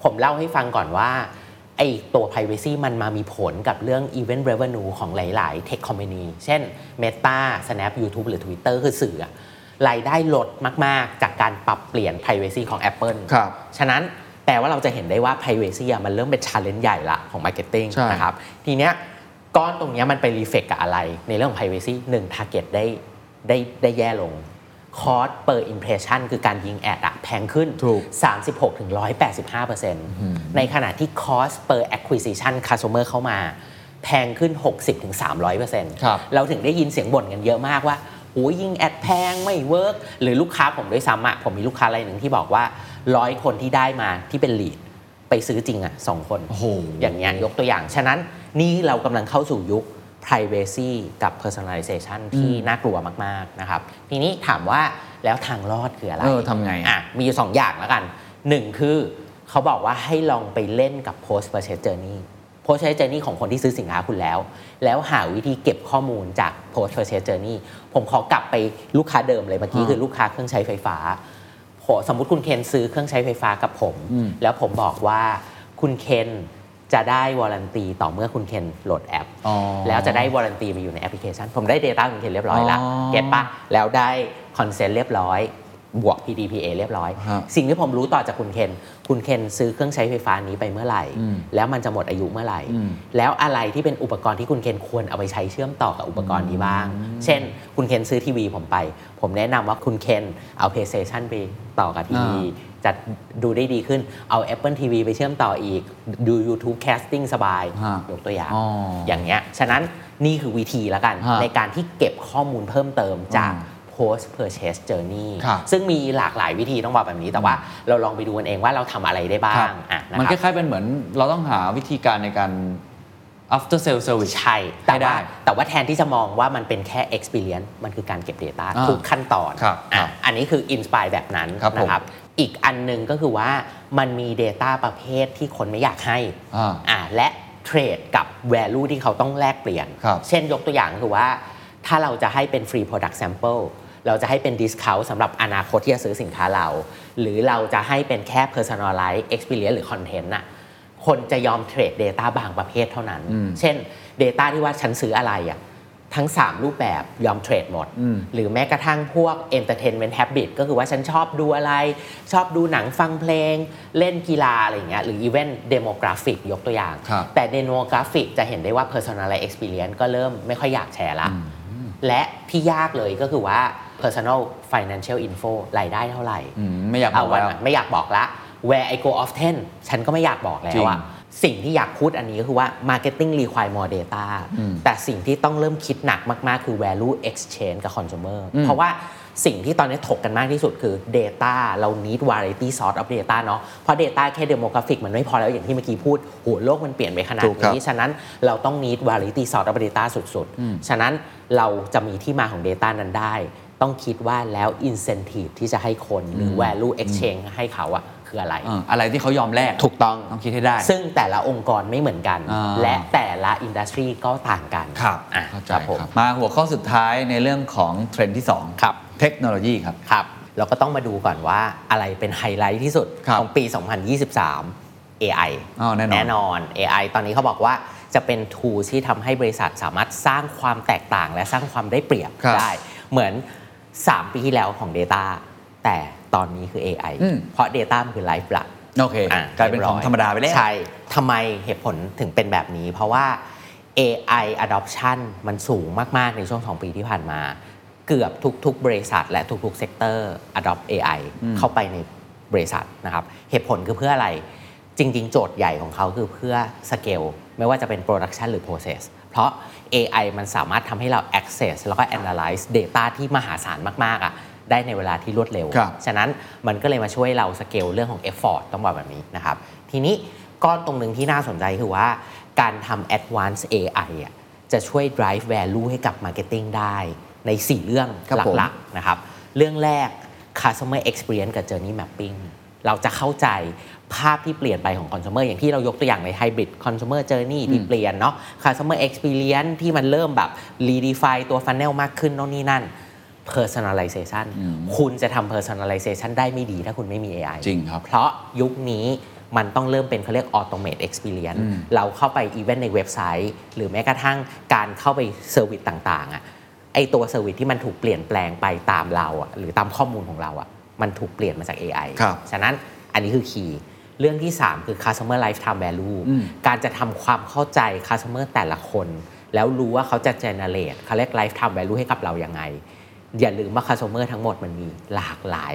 [SPEAKER 1] ผมเล่าให้ฟังก่อนว่าไอตัว privacy มันมามีผลกับเรื่อง event revenue ของหลาย ๆ tech company เช่น Meta Snap YouTube หรือ Twitter คือสื่ออะรายได้ลดมาก ๆ จากการปรับเปลี่ยน privacy ของ Apple
[SPEAKER 2] ครับ
[SPEAKER 1] ฉะนั้นแปลว่าเราจะเห็นได้ว่า privacy อะมันเริ่มเป็น challenge ใหญ่ละของ marketing
[SPEAKER 2] ใช่
[SPEAKER 1] นะครับ ทีเนี้ยก้อนตรงเนี้ยมันไปรีเฟกกับอะไร ในเรื่องของ privacy หนึ่ง target ได้ได้ได้แย่ลง cost per impression คือการยิงแอดอะแพงขึ้น
[SPEAKER 2] ถูก
[SPEAKER 1] 36ถึง185 ในขณะที่ cost per acquisition customer เข้ามา แพงขึ้น 60ถึง300
[SPEAKER 2] ครับ
[SPEAKER 1] เราถึงได้ยินเสียงบ่นกันเยอะมากว่าโอ้ยยิงแอดแพงไม่เวิร์กหรือลูกค้าผมด้วยซ้ำอะผมมีลูกค้ารายหนึ่งที่บอกว่าร้อยคนที่ได้มาที่เป็นลีดไปซื้อจริงอะสองคน
[SPEAKER 2] โอ้โห
[SPEAKER 1] อย่างเงี้ยยกตัวอย่าง ฉะนั้นนี่เรากำลังเข้าสู่ยุค privacy กับ personalization ที่น่ากลัวมาก ๆ นะครับ ทีนี้ถามว่าแล้วทางรอดคืออะไร
[SPEAKER 2] เออทำไงอะ
[SPEAKER 1] อ่ะมีอยู่สองอย่างแล้วกันหนึ่งคือเขาบอกว่าให้ลองไปเล่นกับ post purchase journey post purchase journey ของคนที่ซื้อสินค้าคุณแล้ว แล้วหาวิธีเก็บข้อมูลจาก post purchase journey ผมขอกลับไปลูกค้าเดิมเลยเมื่อกี้คือลูกค้าเครื่องใช้ไฟฟ้า ผมสมมติคุณเคนซื้อเครื่องใช้ไฟฟ้ากับผม แล้วผมบอกว่าคุณเคนจะได้วอรันตีต่อเมื่อคุณเคนโหลดแอป
[SPEAKER 2] อ๋อ
[SPEAKER 1] แล้วจะได้วอรันตีมาอยู่ในแอปพลิเคชัน ผมได้ Data คุณเคนเรียบร้อยละ
[SPEAKER 2] อ๋อ
[SPEAKER 1] เก็ตปะแล้วได้คอนเซนต์เรียบร้อย บวก PDPA เรียบร้อย
[SPEAKER 2] ฮะ
[SPEAKER 1] สิ่งที่ผมรู้ต่อจากคุณเคน คุณเคนซื้อเครื่องใช้ไฟฟ้านี้ไปเมื่อไหร่ แล้วมันจะหมดอายุเมื่อไหร่
[SPEAKER 2] อืม
[SPEAKER 1] แล้วอะไรที่เป็นอุปกรณ์ที่คุณเคนควรเอาไปใช้เชื่อมต่อกับอุปกรณ์นี้บ้าง เช่น คุณเคนซื้อทีวีผมไป ผมแนะนำว่าคุณเคนเอา PlayStation ไปต่อกับทีวีจะดูได้ดีขึ้น เอา Apple TV ไปเชื่อมต่ออีก ดู YouTube Casting สบาย
[SPEAKER 2] ฮะ
[SPEAKER 1] ยกตัวอย่าง
[SPEAKER 2] อ๋ออ
[SPEAKER 1] อย่างเงี้ย ฉะนั้นนี่คือวิธีละกัน
[SPEAKER 2] ฮะ
[SPEAKER 1] ในการที่เก็บข้อมูลเพิ่มเติมจาก
[SPEAKER 2] อืม
[SPEAKER 1] post purchase journey
[SPEAKER 2] ครับ
[SPEAKER 1] ซึ่งมีหลากหลายวิธีต้องบอกแบบนี้แต่ว่าเราลองไปดูกันเองว่าเราทำอะไรได้บ้า
[SPEAKER 2] ครั
[SPEAKER 1] ง
[SPEAKER 2] บ
[SPEAKER 1] อ่ะนะ
[SPEAKER 2] มัน
[SPEAKER 1] ค
[SPEAKER 2] ครับ ล้ายๆเป็นเหมือนเราต้องหาวิธีการในการ after sale service
[SPEAKER 1] ใช่แต่
[SPEAKER 2] ได้
[SPEAKER 1] ว่าแต่ว่าแทนที่จะมองว่ามันเป็นแค่ experience มันคือการเก็บ Data
[SPEAKER 2] อ่า
[SPEAKER 1] ทุกขั้นตอน
[SPEAKER 2] ครับ
[SPEAKER 1] อ่ะ
[SPEAKER 2] ครับ
[SPEAKER 1] อันนี้คือ inspire แบบนั้น
[SPEAKER 2] ครับผม
[SPEAKER 1] นะครับ อีกอันหนึงก็คือว่ามันมี Data ประเภทที่คนไม่อยากให้
[SPEAKER 2] อ่า
[SPEAKER 1] อ่าและเทรดกับ value ที่เขาต้องแลกเปลี่ยน
[SPEAKER 2] ครับ
[SPEAKER 1] เช่นยกตัวอย่างคือว่า ถ้าเราจะให้เป็น free product sample เราจะให้เป็น discount สำหรับอนาคตที่จะซื้อสินค้าเรา หรือเราจะให้เป็นแค่ personalized experience หรือ content น่ะคนจะยอมเทรด Data บางประเภทเท่านั้น เช่น Data ที่ว่าฉันซื้ออะไรอ่ะ ทั้ง 3 รูปแบบยอมเทรดหมด หรือแม้กระทั่งพวก entertainment habit ก็คือว่าฉันชอบดูอะไร ชอบดูหนังฟังเพลง เล่นกีฬาอะไรอย่างเงี้ยหรือ event demographic ยกตัวอย่าง
[SPEAKER 2] ครับ
[SPEAKER 1] แต่ demographic จะเห็นได้ว่า personalized experience ก็เริ่มไม่ค่อยอยากแชร์ละ และที่ยากเลยก็คือว่า personal financial info รายได้เท่าไหร่
[SPEAKER 2] อืมไม่อยากบ
[SPEAKER 1] เอา
[SPEAKER 2] อก
[SPEAKER 1] วัน
[SPEAKER 2] แล้ว
[SPEAKER 1] นั้นไม่อยากบอกละ where I go often ฉันก็ไม่อยากบอกแล้วอะ
[SPEAKER 2] จริ
[SPEAKER 1] สิ่งที่อยากพูดอันนี้ก็คือว่า marketing require more data
[SPEAKER 2] อืม
[SPEAKER 1] แต่สิ่งที่ต้องเริ่มคิดหนักมาก ๆ คือ value exchange กับ consumer เพราะว่าสิ่งที่ตอนนี้ถกกันมากที่สุดคือ data เรา need variety source of data เนาะเพราะ data แค่ demographic มันไม่พอแล้วอย่างที่เมื่อกี้พูดโหโลกมันเปลี่ยนไปขนาด
[SPEAKER 2] ถูกครับ
[SPEAKER 1] นี้ ฉะนั้นเราต้อง need variety source of data สุด ๆ ฉะนั้นเราจะมีที่มาของ data นั้นได้ ต้องคิดว่าแล้ว incentive ที่จะให้คนหรือ value exchange ให้เขาอะคืออะไร
[SPEAKER 2] เอออะไรที่เขายอมแลก
[SPEAKER 1] ถูกต้อง
[SPEAKER 2] ต้องคิดให้ได้
[SPEAKER 1] ซึ่งแต่ละองค์กรไม่เหมือนกัน
[SPEAKER 2] อ่า
[SPEAKER 1] และแต่ละอินดัสทรีก็ต่างกัน
[SPEAKER 2] ครับ
[SPEAKER 1] อ่ะ
[SPEAKER 2] เข้าใจ
[SPEAKER 1] ครับผม
[SPEAKER 2] มาหัวข้อสุดท้ายในเรื่องของเทรนด์ที่ 2
[SPEAKER 1] ครับ
[SPEAKER 2] เทคโนโลยีครับ
[SPEAKER 1] ครับ เราก็ต้องมาดูก่อนว่าอะไรเป็นไฮไลท์ที่สุด
[SPEAKER 2] ครับ
[SPEAKER 1] ของปี 2023 AI
[SPEAKER 2] อ้าวแน่นอน
[SPEAKER 1] แน่นอน AI ตอนนี้เขาบอกว่าจะเป็น tool ที่ทำให้บริษัทสามารถสร้างความแตกต่าง และสร้างความได้เปรียบ
[SPEAKER 2] ครับ
[SPEAKER 1] ได้ เหมือน 3 ปีที่แล้วของ Data แต่ตอนนี้คือ AI
[SPEAKER 2] อืม
[SPEAKER 1] เพราะ Data มันคือไลฟ์หลัก
[SPEAKER 2] โอเค
[SPEAKER 1] อ่ะ
[SPEAKER 2] กลายเป็นของธรรมดาไปแล้ว
[SPEAKER 1] ใช่ ทำไมเหตุผลถึงเป็นแบบนี้ เพราะว่า AI adoption มันสูงมาก ๆ ในช่วง 2 ปีที่ผ่านมา เกือบทุก ๆ บริษัท และทุก ๆ เซกเตอร์ adopt AI เข้าไปในบริษัทนะครับ เหตุผลคือเพื่ออะไร จริง ๆ โจทย์ใหญ่ของเขาคือเพื่อ scale ไม่ว่าจะเป็น production หรือ process เพราะ AI มันสามารถทำให้เรา access แล้วก็ analyze data ที่มหาศาลมาก ๆอะได้ในเวลาที่รวดเร็ว
[SPEAKER 2] ครับ
[SPEAKER 1] ฉะนั้นมันก็เลยมาช่วยเราสเกลเรื่องของ effort ต้องบอกแบบนี้นะครับ ทีนี้ก้อนตรงหนึ่งที่น่าสนใจคือว่าการทำ advanced AI อ่ะจะช่วย drive value ให้กับ marketing ได้ใน 4 เรื่อง
[SPEAKER 2] ครับผม
[SPEAKER 1] หลักๆนะครับ เรื่องแรก customer experience กับ journey mapping เราจะเข้าใจภาพที่เปลี่ยนไปของ consumer อย่างที่เรายกตัวอย่างใน hybrid consumer journey ที่เปลี่ยนเนาะ customer experience ที่มันเริ่มแบบ redefine ตัว funnel มากขึ้นโน่นนี่นั่น personalization คุณจะทำ personalization ได้ไม่ดีถ้าคุณไม่มี AI
[SPEAKER 2] จริงครับ
[SPEAKER 1] เพราะยุคนี้มันต้องเริ่มเป็นเขาเรียก automate experience เราเข้าไป event ในเว็บไซต์ หรือแม้กระทั่งการเข้าไป service ต่าง ๆอะไอตัว service ที่มันถูกเปลี่ยนแปลงไปตามเราอะหรือตามข้อมูลของเราอะมันถูกเปลี่ยนมาจาก AI
[SPEAKER 2] ครับ
[SPEAKER 1] ฉะนั้นอันนี้คือคีย์เรื่องที่ 3 คือ customer lifetime value การจะทำความเข้าใจ customer แต่ละคน แล้วรู้ว่าเขาจะ generate เขาเรียก lifetime value ให้กับเรายังไง อย่าลืมว่า customer ทั้งหมดมันมีหลากหลาย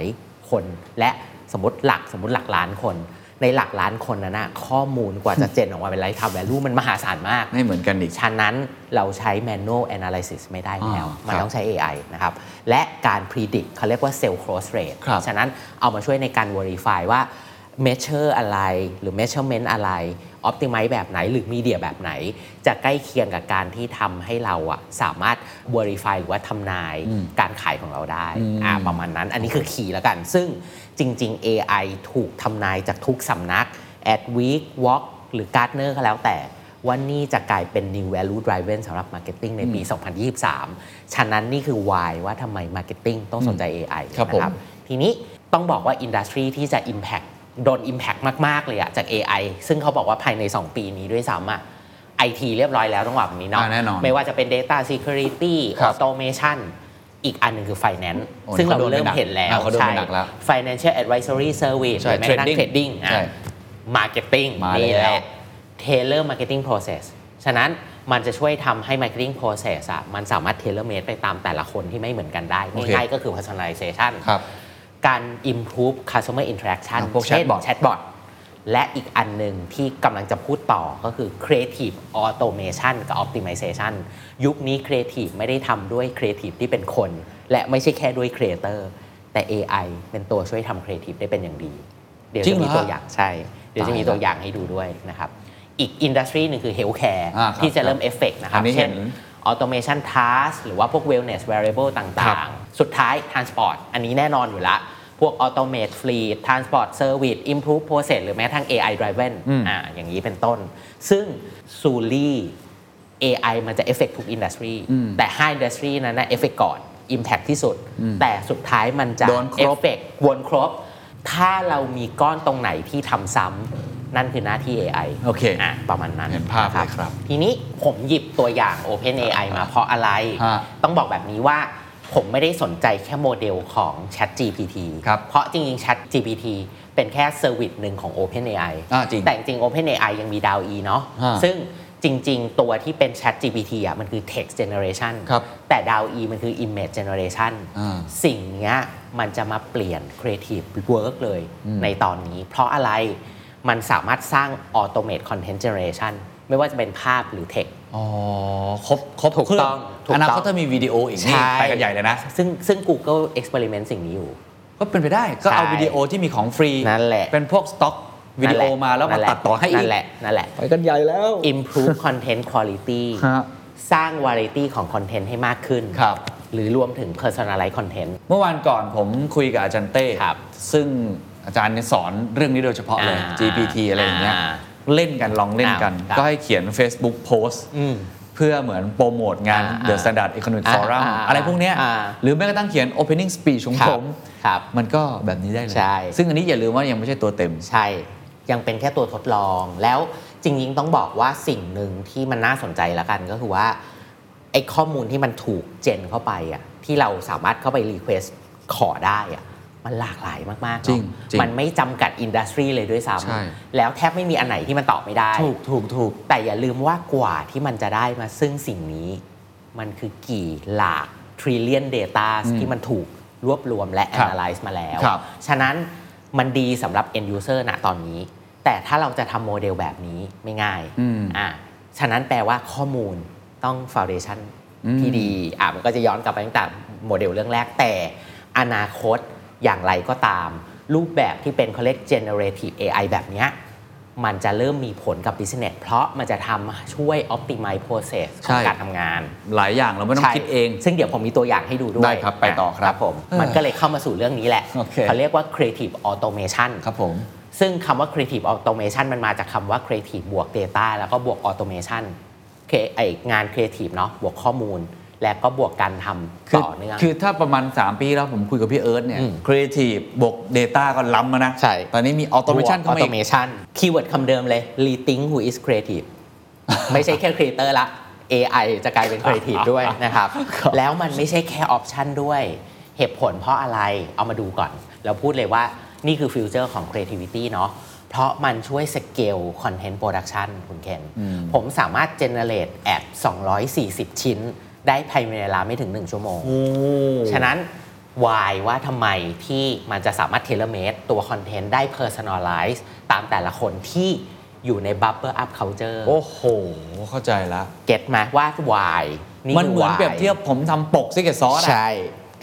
[SPEAKER 1] คน และสมมติหลักสมมติหลักล้านคน ในหลักล้านคนนั้นนะข้อมูลกว่าจะ เจนออกมาเป็น lifetime value มันมหาศาลมาก
[SPEAKER 2] ไม่เหมือนกันอีก
[SPEAKER 1] ฉะนั้นเราใช้ manual analysis ไม่ได้แล้ว
[SPEAKER 2] อ่ามั
[SPEAKER 1] มัน
[SPEAKER 2] ครับ
[SPEAKER 1] ต้องใช้ AI นะครับ และการ predict เขาเรียกว่า cell cross rate
[SPEAKER 2] ครับ
[SPEAKER 1] ฉะนั้นเอามาช่วยในการ verify ว่า measure อะไรหรือ measurement อะไร optimize แบบไหนหรือ media แบบไหน จะใกล้เคียงกับการที่ทำให้เราอะสามารถ verify หรือว่าทำนายการขายของเราได้อ่าประมาณนั้น อันนี้คือขีย์แล้วกัน ซึ่งจริง ๆ AI ถูกทำนายจากทุกสำนัก Adweek Walk หรือ Gartner ก็แล้วแต่ ว่านี่จะกลายเป็น new value driver สำหรับ marketing ในปี 2023 ฉะนั้นนี่คือ why ว่าทำไม marketing ต้องสนใจ AI
[SPEAKER 2] ครับผม
[SPEAKER 1] นะทีนี้ต้องบอกว่า industry ที่จะ impact โดน impact มาก ๆ เลยอะจาก AI ซึ่งเขาบอกว่าภายใน 2 ปีนี้ด้วยซ้ำอะไอทีเรียบร้อยแล้วต้องบอกแบบนี้เนาะ
[SPEAKER 2] อ่าแน่นอน
[SPEAKER 1] ไม่ว่าจะเป็น data security
[SPEAKER 2] ครับ
[SPEAKER 1] automation อีกอันหนึ่งคือ finance
[SPEAKER 2] โอ้ย
[SPEAKER 1] ซึ่งเรา
[SPEAKER 2] เขาโดน
[SPEAKER 1] เริ่ม
[SPEAKER 2] ไปหนัก
[SPEAKER 1] เห็นแล้ว
[SPEAKER 2] อ่าเขาโดนไป
[SPEAKER 1] ใช่
[SPEAKER 2] หนักแล้ว
[SPEAKER 1] financial advisory service ห
[SPEAKER 2] ใช่
[SPEAKER 1] รือแม้กระทั่ง trading
[SPEAKER 2] trading
[SPEAKER 1] อ่ะ
[SPEAKER 2] ใช่
[SPEAKER 1] marketing
[SPEAKER 2] มา
[SPEAKER 1] นี่
[SPEAKER 2] แล้
[SPEAKER 1] แห
[SPEAKER 2] ว
[SPEAKER 1] ละ tailor marketing process ฉะนั้นมันจะช่วยทำให้ marketing process อะมันสามารถ tailor made ไปตามแต่ละคนที่ไม่เหมือนกันได้
[SPEAKER 2] โอเค
[SPEAKER 1] ง่ายๆก็คือ personalization
[SPEAKER 2] ครับ
[SPEAKER 1] การ improve customer interaction
[SPEAKER 2] ครับพวก
[SPEAKER 1] เช่น
[SPEAKER 2] chatbot
[SPEAKER 1] chatbot และอีกอันหนึ่งที่กำลังจะพูดต่อก็คือ creative automation กับ optimization ยุคนี้ creative ไม่ได้ทำด้วย creative ที่เป็นคน และไม่ใช่แค่ด้วย creator แต่ AI เป็นตัวช่วยทำ creative ได้เป็นอย่างดี เดี๋ยว
[SPEAKER 2] จริ
[SPEAKER 1] จะ
[SPEAKER 2] งเหรอ
[SPEAKER 1] มีตัวอย่างใช่ เดี๋ยวจะมี
[SPEAKER 2] ตายแล้ว
[SPEAKER 1] ตัวอย่างให้ดูด้วยนะครับ อีกอินดัสทรีหนึ่งคือ healthcare
[SPEAKER 2] อ่าครับ
[SPEAKER 1] ที่จะเริ่มเอฟเฟกนะครั
[SPEAKER 2] อั
[SPEAKER 1] บ
[SPEAKER 2] นนี้เห็
[SPEAKER 1] เช่น
[SPEAKER 2] น
[SPEAKER 1] automation task หรือว่าพวก wellness variable ต่าง ๆ สุดท้าย transport อันนี้แน่นอนอยู่ละ พวก automate fleet transport service improve process หรือแม้กระทั่ง AI driven อ่าอย่างนี้เป็นต้น ซึ่งซูลี่ AI มันจะเอฟเฟกทุกอินดัสทรีแต่ห้าอินดัสทรีนั้นนะเอฟเฟกก่อน Impact ที่สุด แต่สุดท้ายมันจะ
[SPEAKER 2] โดนค
[SPEAKER 1] เอ
[SPEAKER 2] รบ
[SPEAKER 1] ฟเฟกวนครบ ถ้าเรามีก้อนตรงไหนที่ทำซ้ำนั่นคือหน้าที่ AI
[SPEAKER 2] โอเค
[SPEAKER 1] อ่ะประมาณนั้น
[SPEAKER 2] เห็นภาพ
[SPEAKER 1] ะ
[SPEAKER 2] เลยครับ
[SPEAKER 1] ทีนี้ผมหยิบตัวอย่าง OpenAI มาเพราะอะไร
[SPEAKER 2] ฮะ
[SPEAKER 1] ต้องบอกแบบนี้ว่าผมไม่ได้สนใจแค่โมเดลของ ChatGPT
[SPEAKER 2] ครับ
[SPEAKER 1] เพราะจริงๆ ChatGPT เป็นแค่เซอร์วิสหนึ่งของ OpenAI
[SPEAKER 2] อ่าจริง
[SPEAKER 1] แต่จริงๆ OpenAI ยังมี DALL-E เนาะ
[SPEAKER 2] ฮะ
[SPEAKER 1] ซึ่งจริงๆ ตัวที่เป็น ChatGPT อ่ะมันคือ text generation
[SPEAKER 2] ครับ
[SPEAKER 1] แต่ DALL-E มันคือ image generation
[SPEAKER 2] อ่า
[SPEAKER 1] สิ่งเนี้ยมันจะมาเปลี่ยน creative work เลยในตอนนี้ เพราะอะไรมันสามารถสร้าง automate content generation ไม่ว่าจะเป็นภาพหรือ text
[SPEAKER 2] อ๋อครบครบ
[SPEAKER 1] ถูก
[SPEAKER 2] เครื่
[SPEAKER 1] ต้องถูก
[SPEAKER 2] อนาค
[SPEAKER 1] ต้
[SPEAKER 2] ต
[SPEAKER 1] อง
[SPEAKER 2] ถ้ามีวิดีโออีกนี่
[SPEAKER 1] ใช่
[SPEAKER 2] ไปกันใหญ่เลยนะ
[SPEAKER 1] ซึ่งซึ่ง Google experiment สิ่งนี้อยู่
[SPEAKER 2] ก็เป็นไปได้ก็เอา
[SPEAKER 1] ใช่
[SPEAKER 2] วิดีโอที่มีของฟรี
[SPEAKER 1] นั่นแหละ
[SPEAKER 2] เป็นพวกสต็อกวิดีโอมาแล้วมา
[SPEAKER 1] นั่นหะ
[SPEAKER 2] ตัดต่อให้อี
[SPEAKER 1] นั่
[SPEAKER 2] ก
[SPEAKER 1] นแหละนั่นแหละ
[SPEAKER 2] ไปกันใหญ่แล้ว
[SPEAKER 1] improve content quality
[SPEAKER 2] [LAUGHS] ฮะ
[SPEAKER 1] สร้าง variety ของ content ให้มากขึ้น
[SPEAKER 2] ครับ
[SPEAKER 1] หรือรวมถึง personalize content
[SPEAKER 2] เมื่อวานก่อนผมคุยกับอาจารย์เต้
[SPEAKER 1] ครับ
[SPEAKER 2] ซึ่งอาจารย์เนี่ยสอนเรื่องนี้โดยเฉพาะเลย
[SPEAKER 1] อ่า
[SPEAKER 2] GPT อะไรอย่างเงี้ยเล่นกันลองเล่นกัน
[SPEAKER 1] ครับ
[SPEAKER 2] ก็ให้เขียน Facebook Post
[SPEAKER 1] อืม
[SPEAKER 2] เพื่อเหมือนโปรโมทงาน
[SPEAKER 1] อ่า
[SPEAKER 2] The Standard Economic
[SPEAKER 1] อ่า
[SPEAKER 2] Forum
[SPEAKER 1] อ่า
[SPEAKER 2] อะไรพวกเนี้ย
[SPEAKER 1] อ่า
[SPEAKER 2] หรือแม้กระทั่งเขียน Opening Speech ของ
[SPEAKER 1] ครับ
[SPEAKER 2] ผม
[SPEAKER 1] ครับ
[SPEAKER 2] มันก็แบบนี้ได้เลย
[SPEAKER 1] ใช่
[SPEAKER 2] ซึ่งอันนี้อย่าลืมว่ายังไม่ใช่ตัวเต็ม
[SPEAKER 1] ใช่ ยังเป็นแค่ตัวทดลอง แล้วจริงๆ ต้องบอกว่าสิ่งหนึ่งที่มันน่าสนใจละกันก็คือว่าไอ้ข้อมูลที่มันถูกเจนเข้าไปอ่ะที่เราสามารถเข้าไปรีเควสขอได้อ่ะมันหลากหลายมากๆ
[SPEAKER 2] จริง
[SPEAKER 1] เนอะ
[SPEAKER 2] จริง
[SPEAKER 1] มันไม่จำกัดอินดัสทรีเลยด้วยซ้
[SPEAKER 2] ใช่
[SPEAKER 1] ำแล้วแทบไม่มีอันไหนที่มันตอบไม่ได้
[SPEAKER 2] ถูกถูกถูก
[SPEAKER 1] แต่อย่าลืมว่ากว่าที่มันจะได้มาซึ่งสิ่งนี้มันคือกี่หลาก trillion data ที่มันถูกรวบรวมและ
[SPEAKER 2] ครับ
[SPEAKER 1] analyze มาแล้ว
[SPEAKER 2] ครับ
[SPEAKER 1] ฉะนั้นมันดีสำหรับ end user ณตอนนี้ แต่ถ้าเราจะทำโมเดลแบบนี้ไม่ง่าย
[SPEAKER 2] อืม
[SPEAKER 1] อ่าฉะนั้นแปลว่าข้อมูลต้อง foundation ที่ดีอ่ะมันก็จะย้อนกลับไปตั้งแต่โมเดลเรื่องแรกแต่อนาคตอย่างไรก็ตาม รูปแบบที่เป็นเขาเรียก generative AI แบบเนี้ย มันจะเริ่มมีผลกับ business เพราะมันจะทำช่วย optimize process ข
[SPEAKER 2] ใช่
[SPEAKER 1] องการทำงาน
[SPEAKER 2] หลายอย่างเราไม่ต้อง
[SPEAKER 1] ใช่
[SPEAKER 2] คิดเอง
[SPEAKER 1] ซึ่งเดี๋ยวผมมีตัวอย่างให้ดูด้วย
[SPEAKER 2] ได้ครับไปต่อครับ
[SPEAKER 1] ผม มันก็เลยเข้ามาสู่เรื่องนี้แหละ
[SPEAKER 2] โอเค
[SPEAKER 1] เขาเรียกว่า creative automation
[SPEAKER 2] ครับผม
[SPEAKER 1] ซึ่งคำว่า creative automation มันมาจากคำว่า creative บวก data แล้วก็บวก automation เคไองาน creative เนาะบวกข้อมูล และก็บวกการทำ
[SPEAKER 2] คือ
[SPEAKER 1] ต่อเนื่อง
[SPEAKER 2] คือถ้าประมาณ 3 ปีแล้วผมคุยกับพี่เอิร์ธเนี่ย
[SPEAKER 1] อืม
[SPEAKER 2] ครีเอทีฟบวก Data ก็ล้ำแล้วนะ
[SPEAKER 1] ใช่
[SPEAKER 2] ตอนนี้มีออโตเมชัน
[SPEAKER 1] อ
[SPEAKER 2] เข้า
[SPEAKER 1] อ
[SPEAKER 2] มา
[SPEAKER 1] โต
[SPEAKER 2] อีก
[SPEAKER 1] เมชันคีย์เวิร์ดคำเดิมเลย rethink who is creative [LAUGHS] ไม่ใช่แค่ creator ละ AI จะกลายเป็น creative ด้วยนะครับ แล้วมันไม่ใช่แค่ออปชันด้วย เหตุผลเพราะอะไรเอามาดูก่อน แล้วพูดเลยว่านี่คือฟิวเจอร์ของ creativity เนาะเพราะมันช่วยสเกลคอนเทนต์โปรดักชันคุณเคนผมสามารถ generate แอด240 ชิ้น ได้ภายในเวลาไม่ถึง 1 ชั่วโมง ฉะนั้น why ว่าทำไมที่มันจะสามารถเทเลเมตตัวคอนเทนต์ได้ personalize ตามแต่ละคนที่อยู่ใน bubble up culture
[SPEAKER 2] โอ้โห เข้าใจละ
[SPEAKER 1] เก็ตไหมว่า why นี่
[SPEAKER 2] มัน
[SPEAKER 1] คือ
[SPEAKER 2] เหมือน
[SPEAKER 1] why
[SPEAKER 2] เปรียบเทียบผมทำปกซิกเก็ตซอส
[SPEAKER 1] ใช่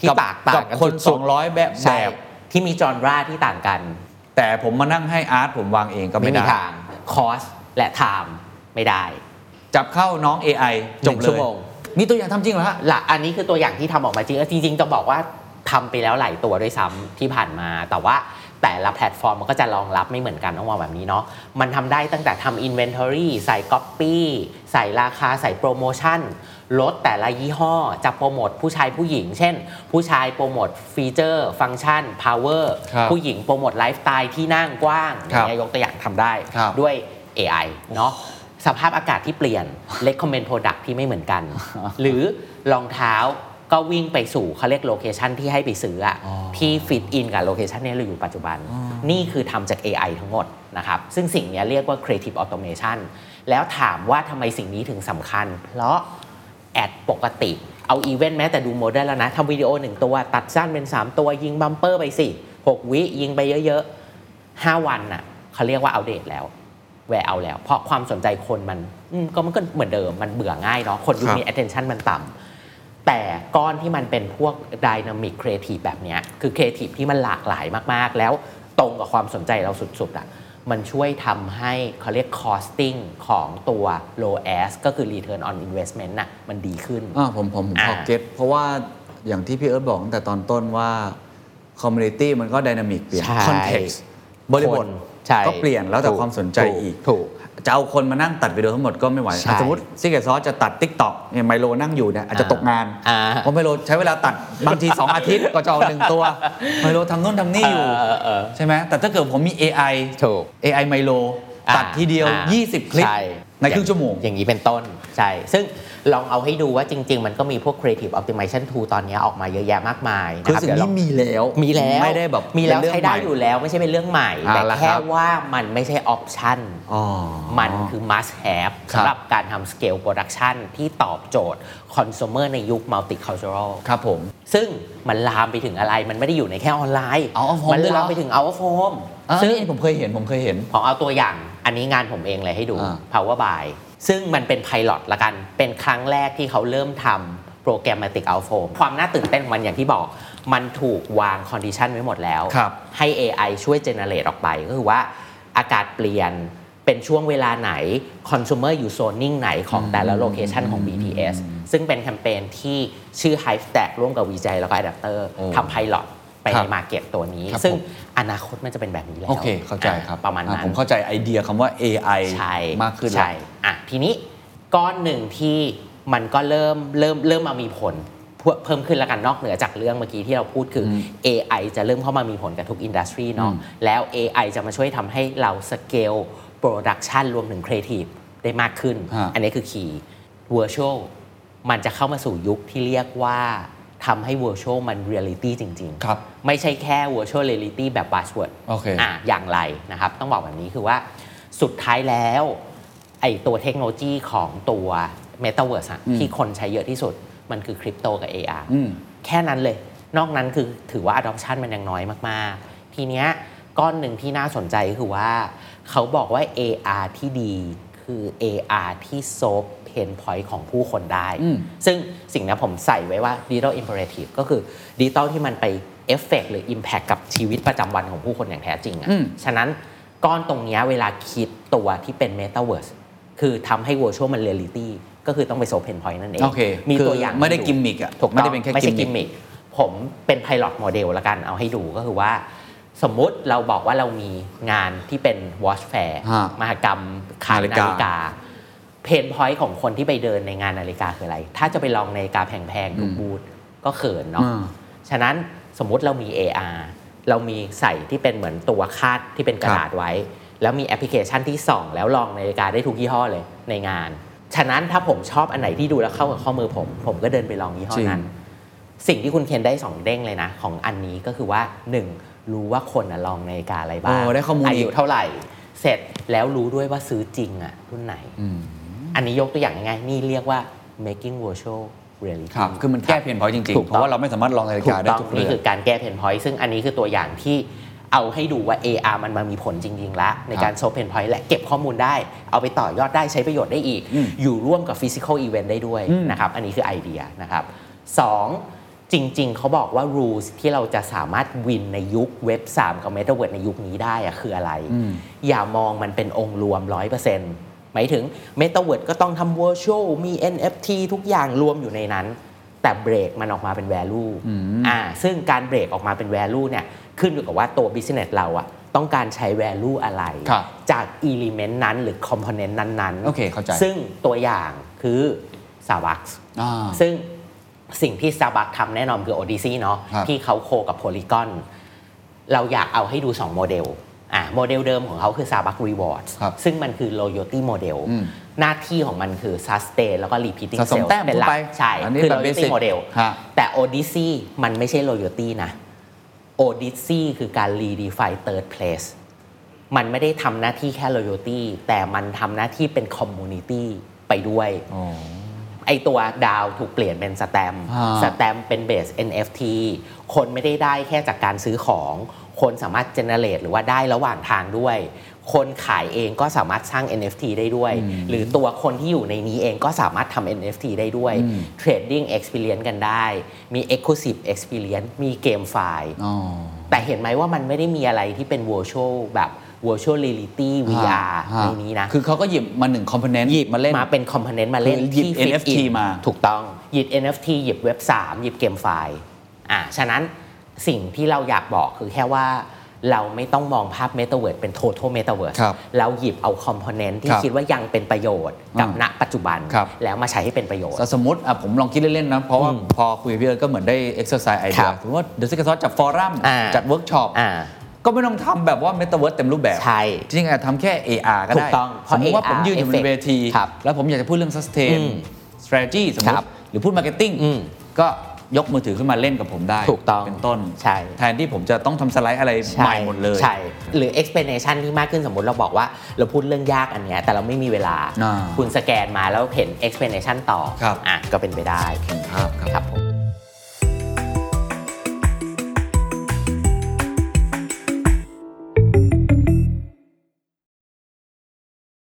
[SPEAKER 1] ที่ตากต่าง
[SPEAKER 2] กับ
[SPEAKER 1] กัน
[SPEAKER 2] คน
[SPEAKER 1] สุด
[SPEAKER 2] 200 แบบ
[SPEAKER 1] ๆ
[SPEAKER 2] แบ
[SPEAKER 1] ใช่
[SPEAKER 2] บ
[SPEAKER 1] ที่มีจอนราที่ต่างกัน
[SPEAKER 2] แต่ผมมานั่งให้อาร์ตผมวางเองก็
[SPEAKER 1] ไม่
[SPEAKER 2] ไม่
[SPEAKER 1] มี
[SPEAKER 2] ได้
[SPEAKER 1] ทางคอสและ time ไม่ได้
[SPEAKER 2] จับเข้าน้อง AI จบ
[SPEAKER 1] หนึ่ง
[SPEAKER 2] เล
[SPEAKER 1] ชั่วย โมง
[SPEAKER 2] มีตัวอย่างทำจริงเหรอฮะ
[SPEAKER 1] หลักอันนี้คือตัวอย่างที่ทำออกมาจริงเออจริงๆจะบอกว่าทำไปแล้วหลายตัวด้วยซ้ำที่ผ่านมา แต่ว่าแต่ละแพลตฟอร์มมันก็จะรองรับไม่เหมือนกันต้องมองแบบนี้เนาะมันทำได้ตั้งแต่ทำ Inventory ใส่ Copy ใส่ราคาใส่โปรโมชั่นลดแต่ละยี่ห้อจะโปรโมทผู้ชายผู้หญิง เช่น ผู้ชายโปรโมทฟีเจอร์ ฟังก์ชัน power
[SPEAKER 2] ครับ
[SPEAKER 1] ผู้หญิงโปรโมทไลฟ์สไตล์ที่นั่งกว้าง
[SPEAKER 2] ค
[SPEAKER 1] อ
[SPEAKER 2] รับ
[SPEAKER 1] ย่างเงี้ยยกตัวอย่างทำได้
[SPEAKER 2] ครับ
[SPEAKER 1] ด้วย AI เนาะสภาพอากาศที่เปลี่ยน recommend product ที่ไม่เหมือนกัน [LAUGHS] หรือรองเท้าก็วิ่งไปสู่เขาเรียกโลเคชันที่ให้ไปซื้ออะที่ฟิตอินกับโลเคชันนี้เราอยู่ปัจจุบัน นี่คือทำจาก AI ทั้งหมดนะครับ ซึ่งสิ่งเนี้ยเรียกว่า creative automation แล้วถามว่าทำไมสิ่งนี้ถึงสำคัญ เพราะ แอดปกติ เอาอีเวนต์แม้แต่ดูโมเดลแล้วนะทำวิดีโอหนึ่งตัว ตัดสั้นเป็น 3 ตัวยิงบัมเปอร์ไปสิ6วิยิงไปเยอะๆ 5 วันน่ะเขาเรียกว่าอัปเดตแล้ว แวร์เอาแล้ว เพราะความสนใจคนมันอืมก็มันก็เหมือนเดิมมันเบื่อง่ายเนาะคนยุคนี้ attention มันต่ำ แต่ก้อนที่มันเป็นพวกดินามิกครีเอทีฟแบบเนี้ยคือครีเอทีฟที่มันหลากหลายมากๆ แล้วตรงกับความสนใจเราสุดๆอ่ะมันช่วยทำให้เขาเรียก costing ของตัว low as ก็คือ return on investment น่ะมันดีขึ้น
[SPEAKER 2] อ่าผมผมผมพอ
[SPEAKER 1] อ่า
[SPEAKER 2] เก็ตเพราะว่าอย่างที่พี่เอิร์ธบอกตั้งแต่ตอนต้นว่า คอมมูนิตี้มันก็ดินามิกเปลี่ยน
[SPEAKER 1] ใช่
[SPEAKER 2] คอนเท็กซ์บริบท
[SPEAKER 1] คนใช่
[SPEAKER 2] ก็เปลี่ยนแล้วแต่
[SPEAKER 1] ถูก
[SPEAKER 2] ความสนใจอีก
[SPEAKER 1] ถูก
[SPEAKER 2] จะเอาคนมานั่งตัดวิดีโอทั้งหมดก็ไม่ไหว
[SPEAKER 1] ใช่
[SPEAKER 2] อ่ะสมมติซิกเกตซอสจะตัด t ิ k t o k เนี่ยไมโลนั่งอยู่เนี่ยอาจจะตกงาน
[SPEAKER 1] อ่า
[SPEAKER 2] เพราะไมโลใช้เวลาตัดบางที 2 อาทิตย์ก็จะเอาหนึ่งตัวไมโลทำนู่นทำนี่อยู่
[SPEAKER 1] เออเออเออ
[SPEAKER 2] ใช่ไหมแต่ถ้าเกิดผมมี AI
[SPEAKER 1] ถูก
[SPEAKER 2] AI ไมโล
[SPEAKER 1] อ่า
[SPEAKER 2] ตัดทีเดียว
[SPEAKER 1] อ่า
[SPEAKER 2] 20 คลิป
[SPEAKER 1] ใช่
[SPEAKER 2] ในครึ่งชั่วโมง
[SPEAKER 1] อย่างนี้เป็นต้น ใช่ ซึ่งลองเอาให้ดูว่าจริง ๆ มันก็มีพวก Creative Optimization Tool ตอนนี้ออกมาเยอะแยะมากมายนะ
[SPEAKER 2] คือ
[SPEAKER 1] ครับ
[SPEAKER 2] สิ่ง
[SPEAKER 1] เดี๋ยวลอ
[SPEAKER 2] นี้
[SPEAKER 1] ง
[SPEAKER 2] มีแล้ว
[SPEAKER 1] มีแล้ว
[SPEAKER 2] ไม่ได้แบบ
[SPEAKER 1] มีแล้ว
[SPEAKER 2] เป็นเรื่อง
[SPEAKER 1] ใช้ได้
[SPEAKER 2] หม่
[SPEAKER 1] อยู่แล้วไม่ใช่เป็นเรื่องใหม่
[SPEAKER 2] เอา
[SPEAKER 1] แต่
[SPEAKER 2] ละครับ
[SPEAKER 1] แค่ว่ามันไม่ใช่ออปชั n น
[SPEAKER 2] อ๋อ
[SPEAKER 1] มันคือ must have
[SPEAKER 2] ครับ
[SPEAKER 1] สำหรับการทำ scale production ที่ตอบโจทย์ consumer ในยุค multicultural
[SPEAKER 2] ครับผม
[SPEAKER 1] ซึ่งมันลามไปถึงอะไรมันไม่ได้อยู่ในแค่ออนไลน์
[SPEAKER 2] Out of home
[SPEAKER 1] มั
[SPEAKER 2] ด้วยเหรอ
[SPEAKER 1] ลามไปถึง out of home
[SPEAKER 2] ซึ่
[SPEAKER 1] ซึ่
[SPEAKER 2] ง
[SPEAKER 1] ง
[SPEAKER 2] ผมเคยเห็นผมเคยเห็น
[SPEAKER 1] ผมเอาตัวอย่างอันนี้งานผมเองเลยให้ดู
[SPEAKER 2] อ่า
[SPEAKER 1] Power BI ซึ่งมันเป็นไพลอตละกัน เป็นครั้งแรกที่เขาเริ่มทำโปรแกรมมาติกเอาโฟมความน่าตื่นเต้นของมันอย่างที่บอก มันถูกวางคอนดิชันไว้หมดแล้ว
[SPEAKER 2] ครับ
[SPEAKER 1] ให้ AI ช่วยเจเนเรตออกไป ก็คือว่าอากาศเปลี่ยนเป็นช่วงเวลาไหนคอน sumer อยู่โซนนิ่งไหนของแต่ละโลเคชันของ BTS ซึ่งเป็นแคมเปญที่ชื่อ Hive Stack ร่วมกับ VJ แล้วก็ Adapter
[SPEAKER 2] โอ้
[SPEAKER 1] ทำไพลอตไป
[SPEAKER 2] ครั
[SPEAKER 1] ใน
[SPEAKER 2] บ
[SPEAKER 1] มาเก็ตตัวนี้
[SPEAKER 2] ครับ
[SPEAKER 1] ซึ่ง
[SPEAKER 2] ผม
[SPEAKER 1] อนาคตมันจะเป็นแบบนี้แล้ว
[SPEAKER 2] โอเค เข้าใจครับ
[SPEAKER 1] ประมาณ
[SPEAKER 2] อ่
[SPEAKER 1] นั้น
[SPEAKER 2] ผมเข้าใจไอเดียคำว่า AI
[SPEAKER 1] ใช่
[SPEAKER 2] มากขึ้นแล้ว
[SPEAKER 1] ใช่อ่ะทีนี้ก้อนหนึ่งที่มันก็เริ่มเริ่มเริ่มมามีผลเพิ่มเพิ่มขึ้นแล้วกันนอกเหนือจากเรื่องเมื่อกี้ที่เราพูดคือ AI จะเริ่มเข้ามามีผลกับทุกอินดัสทรีเนาะแล้ว AI จะมาช่วยทำให้เราสเกลโปรดักชันรวมถึงครีเอทีฟได้มากขึ้น
[SPEAKER 2] ฮะ
[SPEAKER 1] อันนี้คือคีย์ virtual มันจะเข้ามาสู่ยุคที่เรียกว่าทำให้ virtual มัน reality จริง ๆ
[SPEAKER 2] ครับ
[SPEAKER 1] ไม่ใช่แค่ virtual reality แบบ buzzword
[SPEAKER 2] โอเค
[SPEAKER 1] อ่ะอย่างไรนะครับ ต้องบอกแบบนี้คือว่าสุดท้ายแล้วไอตัวเทคโนโลยีของตัว metaverse อะที่คนใช้เยอะที่สุด มันคือคริปโตกับ AR
[SPEAKER 2] อืม
[SPEAKER 1] แค่นั้นเลย นอกนั้นคือถือว่า adoption มันยังน้อยมาก ๆ ทีเนี้ยก้อนหนึ่งที่น่าสนใจก็คือว่า เขาบอกว่า AR ที่ดีคือ AR ที่โซฟเพนพอยต์ของผู้คนได้
[SPEAKER 2] อืม
[SPEAKER 1] ซึ่งสิ่งนั้นผมใส่ไว้ว่า digital imperative ก็คือดิจิตอลที่มันไปเอฟเฟกหรือ Impact กับชีวิตประจำวันของผู้คนอย่างแท้จริง
[SPEAKER 2] อืม
[SPEAKER 1] อะ่ะ ฉะนั้นก้อนตรงเนี้ยเวลาคิดตัวที่เป็น Metaverse คือทำให้ Virtual มัน Reality ก็คือต้องไปโซเพนพอยต์นั่นเอง
[SPEAKER 2] โอเค
[SPEAKER 1] มี
[SPEAKER 2] คือ
[SPEAKER 1] ตัวอย่าง
[SPEAKER 2] ไม่ได้
[SPEAKER 1] ให้
[SPEAKER 2] กิมมิกอะ
[SPEAKER 1] ถูก
[SPEAKER 2] ไม่ได้
[SPEAKER 1] ต้อง
[SPEAKER 2] เป็นแค่
[SPEAKER 1] ไม่ใช่
[SPEAKER 2] กิ
[SPEAKER 1] กิ
[SPEAKER 2] ม
[SPEAKER 1] ม
[SPEAKER 2] มิก
[SPEAKER 1] มิก ผมเป็น Pilot Model ละกันเอาให้ดูก็คือว่า สมมุติเราบอกว่าเรามีงานที่เป็น Watch Fair
[SPEAKER 2] ฮะ
[SPEAKER 1] มหกรรมขาย
[SPEAKER 2] นา
[SPEAKER 1] นา
[SPEAKER 2] ฬิกา
[SPEAKER 1] ฬิกา เพนพอยต์ของคนที่ไปเดินในงานนาฬิกาคืออะไร ถ้าจะไปลองนาฬิกาแพงๆทุกบูธก็เขินเนาะ
[SPEAKER 2] อ่า
[SPEAKER 1] ฉะนั้นสมมุติเรามี AR เรามีใส่ที่เป็นเหมือนตัวคาดที่เป็นกระดาษไว้ แล้วมีแอปพลิเคชันที่ส่อง แล้วลองนาฬิกาได้ทุกยี่ห้อเลยในงาน ฉะนั้นถ้าผมชอบอันไหนที่ดูแล้วเข้ากับข้อมือผม ผมก็เดินไปลองยี่ห้อนั้น
[SPEAKER 2] จริ
[SPEAKER 1] สิ่งที่คุณเคนได้สองเด้งเลยนะ ของอันนี้ก็คือว่า 1. รู้ว่าคนน่ะลองนาฬิกาอะไรบ้าง
[SPEAKER 2] โอ้ได้ข้อมูลอีก
[SPEAKER 1] ยุเท่าไหร่ เสร็จแล้วรู้ด้วยว่าซื้อจริงอะรุ่นไหน อันนี้ยกตัวอย่างง่ายๆนี่เรียกว่า making virtual reality
[SPEAKER 2] ครับ คือมันแก้เพนพอยต์จริง
[SPEAKER 1] ถู
[SPEAKER 2] ๆ
[SPEAKER 1] กต้อง
[SPEAKER 2] เพราะว่าเราไม่สามารถลองนาฬิ
[SPEAKER 1] ถู
[SPEAKER 2] กาก ได้
[SPEAKER 1] ต้อง
[SPEAKER 2] ทุกเรื
[SPEAKER 1] นี่
[SPEAKER 2] อ
[SPEAKER 1] คือการแก้เพนพอย t ซึ่งอันนี้คือตัวอย่างที่เอาให้ดูว่า AR มันมามีผลจริง ๆ แล้ว ในการโซฟเพนพอย t และเก็บข้อมูลได้ เอาไปต่อยอดได้ใช้ประโยชน์ได้อีก อยู่ร่วมกับ Physical Event ได้ด้วยนะครับ อันนี้คือไอเดียนะครับสองจริง ๆ เขาบอกว่า rules ที่เราจะสามารถวินในยุคเว็บ 3 กับ Metaverse ในยุคนี้ได้อะคืออะไร อย่ามองมันเป็นองค์รวม 100%หมายถึง Metaverse ก็ต้องทำ Virtual มี NFT ทุกอย่างรวมอยู่ในนั้น แต่เบรกมันออกมาเป็น value อ่า ซึ่งการเบรกออกมาเป็น value เนี่ย ขึ้นอยู่กับว่าตัว business เราอะต้องการใช้ value อะไร
[SPEAKER 2] ครับ
[SPEAKER 1] จาก element นั้นหรือ component นั้นๆ
[SPEAKER 2] โอเคเข้าใจ
[SPEAKER 1] ซึ่งตัวอย่างคือ Starbucks
[SPEAKER 2] อ่า
[SPEAKER 1] ซึ่งสิ่งที่ Starbucks ทำแน่นอนคือ Odyssey เนาะ
[SPEAKER 2] ครับ
[SPEAKER 1] ที่เขาโคกับ Polygon เราอยากเอาให้ดู 2 โมเดลอ่ะโมเดลเดิมของเขาคือ Starbucks Rewards
[SPEAKER 2] ครับ
[SPEAKER 1] ซึ่งมันคือ loyalty model
[SPEAKER 2] อืม
[SPEAKER 1] หน้าที่ของมันคือ sustain แล้วก็ repeating
[SPEAKER 2] สะสม
[SPEAKER 1] sales
[SPEAKER 2] แต้ม
[SPEAKER 1] เป็นหลั
[SPEAKER 2] ทั่วไป
[SPEAKER 1] ใช่
[SPEAKER 2] อันนี้
[SPEAKER 1] คือ
[SPEAKER 2] แบบ
[SPEAKER 1] loyalty
[SPEAKER 2] basic
[SPEAKER 1] model
[SPEAKER 2] ฮะ
[SPEAKER 1] แต่ Odyssey มันไม่ใช่ loyalty นะ Odyssey คือการ redefine third place มันไม่ได้ทำหน้าที่แค่ loyalty แต่มันทำหน้าที่เป็น community ไปด้วย
[SPEAKER 2] อ๋อ
[SPEAKER 1] ไอตัวดาวถูกเปลี่ยนเป็นสแตมป์
[SPEAKER 2] อ่า
[SPEAKER 1] สแตมป์เป็นเบส NFT คนไม่ได้ได้แค่จากการซื้อของ คนสามารถเจเนเรตหรือว่าได้ระหว่างทางด้วย คนขายเองก็สามารถสร้าง NFT ได้ด้วย หรือตัวคนที่อยู่ในนี้เองก็สามารถทำ NFT ได้ด้วยเทรดดิ้ง Experience กันได้ มี Exclusive Experience มีเกมไฟล์
[SPEAKER 2] อ๋อ
[SPEAKER 1] แต่เห็นไหมว่ามันไม่ได้มีอะไรที่เป็น Virtual แบบ Virtual Reality VR
[SPEAKER 2] ฮะ
[SPEAKER 1] ในนี้นะ
[SPEAKER 2] คือเขาก็หยิบมาหนึ่งคอมโพเนนต์หยิบมาเล่น
[SPEAKER 1] มาเป็นคอมโพเนนต์มาเล่น
[SPEAKER 2] คือหยิบ
[SPEAKER 1] ที่ fit
[SPEAKER 2] NFT
[SPEAKER 1] in
[SPEAKER 2] มา
[SPEAKER 1] ถูกต้อง หยิบ NFT หยิบเว็บ 3 หยิบเกมไฟล์อ่าฉะนั้น สิ่งที่เราอยากบอกคือแค่ว่าเราไม่ต้องมองภาพเมตาเวิร์ดเป็น total เมตาเวิร์ด
[SPEAKER 2] ครับ
[SPEAKER 1] เราหยิบเอาคอมโพเนนต์ที่
[SPEAKER 2] ครับ
[SPEAKER 1] คิดว่ายังเป็นประโยชน์กับ
[SPEAKER 2] อืม
[SPEAKER 1] ณปัจจุบัน
[SPEAKER 2] ครับ
[SPEAKER 1] แล้วมาใช้ให้เป็นประโยชน์
[SPEAKER 2] สมมติอ่ะผมลองคิดเล่น ๆ นะ เพราะว่า
[SPEAKER 1] อืม
[SPEAKER 2] พอคุยกับพี่เอิร์ธก็เหมือนได้ exercise ไอเดี
[SPEAKER 1] ค
[SPEAKER 2] ย
[SPEAKER 1] รับ
[SPEAKER 2] สมมติว่าเดอะซิกซอสจัดฟอรัม
[SPEAKER 1] อ่า
[SPEAKER 2] จัดเวิร์กช็อป
[SPEAKER 1] อ่า
[SPEAKER 2] ก็ไม่ต้องทำแบบว่าเมตาเวิร์สเต็มรูปแบบ
[SPEAKER 1] ใช่
[SPEAKER 2] จริงๆอาจทำแค่ AR ก็ได้
[SPEAKER 1] ถูกต้องเพ
[SPEAKER 2] ส
[SPEAKER 1] ราะ
[SPEAKER 2] มมติว่า
[SPEAKER 1] AR
[SPEAKER 2] ผมยืนอยู่บน
[SPEAKER 1] effect
[SPEAKER 2] เวที
[SPEAKER 1] ครับ
[SPEAKER 2] แล้วผมอยากจะพูดเรื่อง sustain
[SPEAKER 1] อืม
[SPEAKER 2] strategy สมม
[SPEAKER 1] ครั
[SPEAKER 2] ติ
[SPEAKER 1] บ
[SPEAKER 2] หรือพูด marketing
[SPEAKER 1] อืม
[SPEAKER 2] ก็ยกมือถือขึ้นมาเล่นกับผมได้
[SPEAKER 1] ถูกต้อง
[SPEAKER 2] เป็นต้น
[SPEAKER 1] ใช่
[SPEAKER 2] แทนที่ผมจะต้องทำสไลด์อะไรใหม่หมดเลย
[SPEAKER 1] ใช่ หรือ explanation ที่มากขึ้นสมมติเราบอกว่าเราพูดเรื่องยากอันเนี้ยแต่เราไม่มีเวลา
[SPEAKER 2] อ่า
[SPEAKER 1] คุณสแกนมาแล้วเห็น explanation ต่อ
[SPEAKER 2] ครับ
[SPEAKER 1] อ่ะก็เป็นไปได้
[SPEAKER 2] เห็นภาพครับ
[SPEAKER 1] ครับผม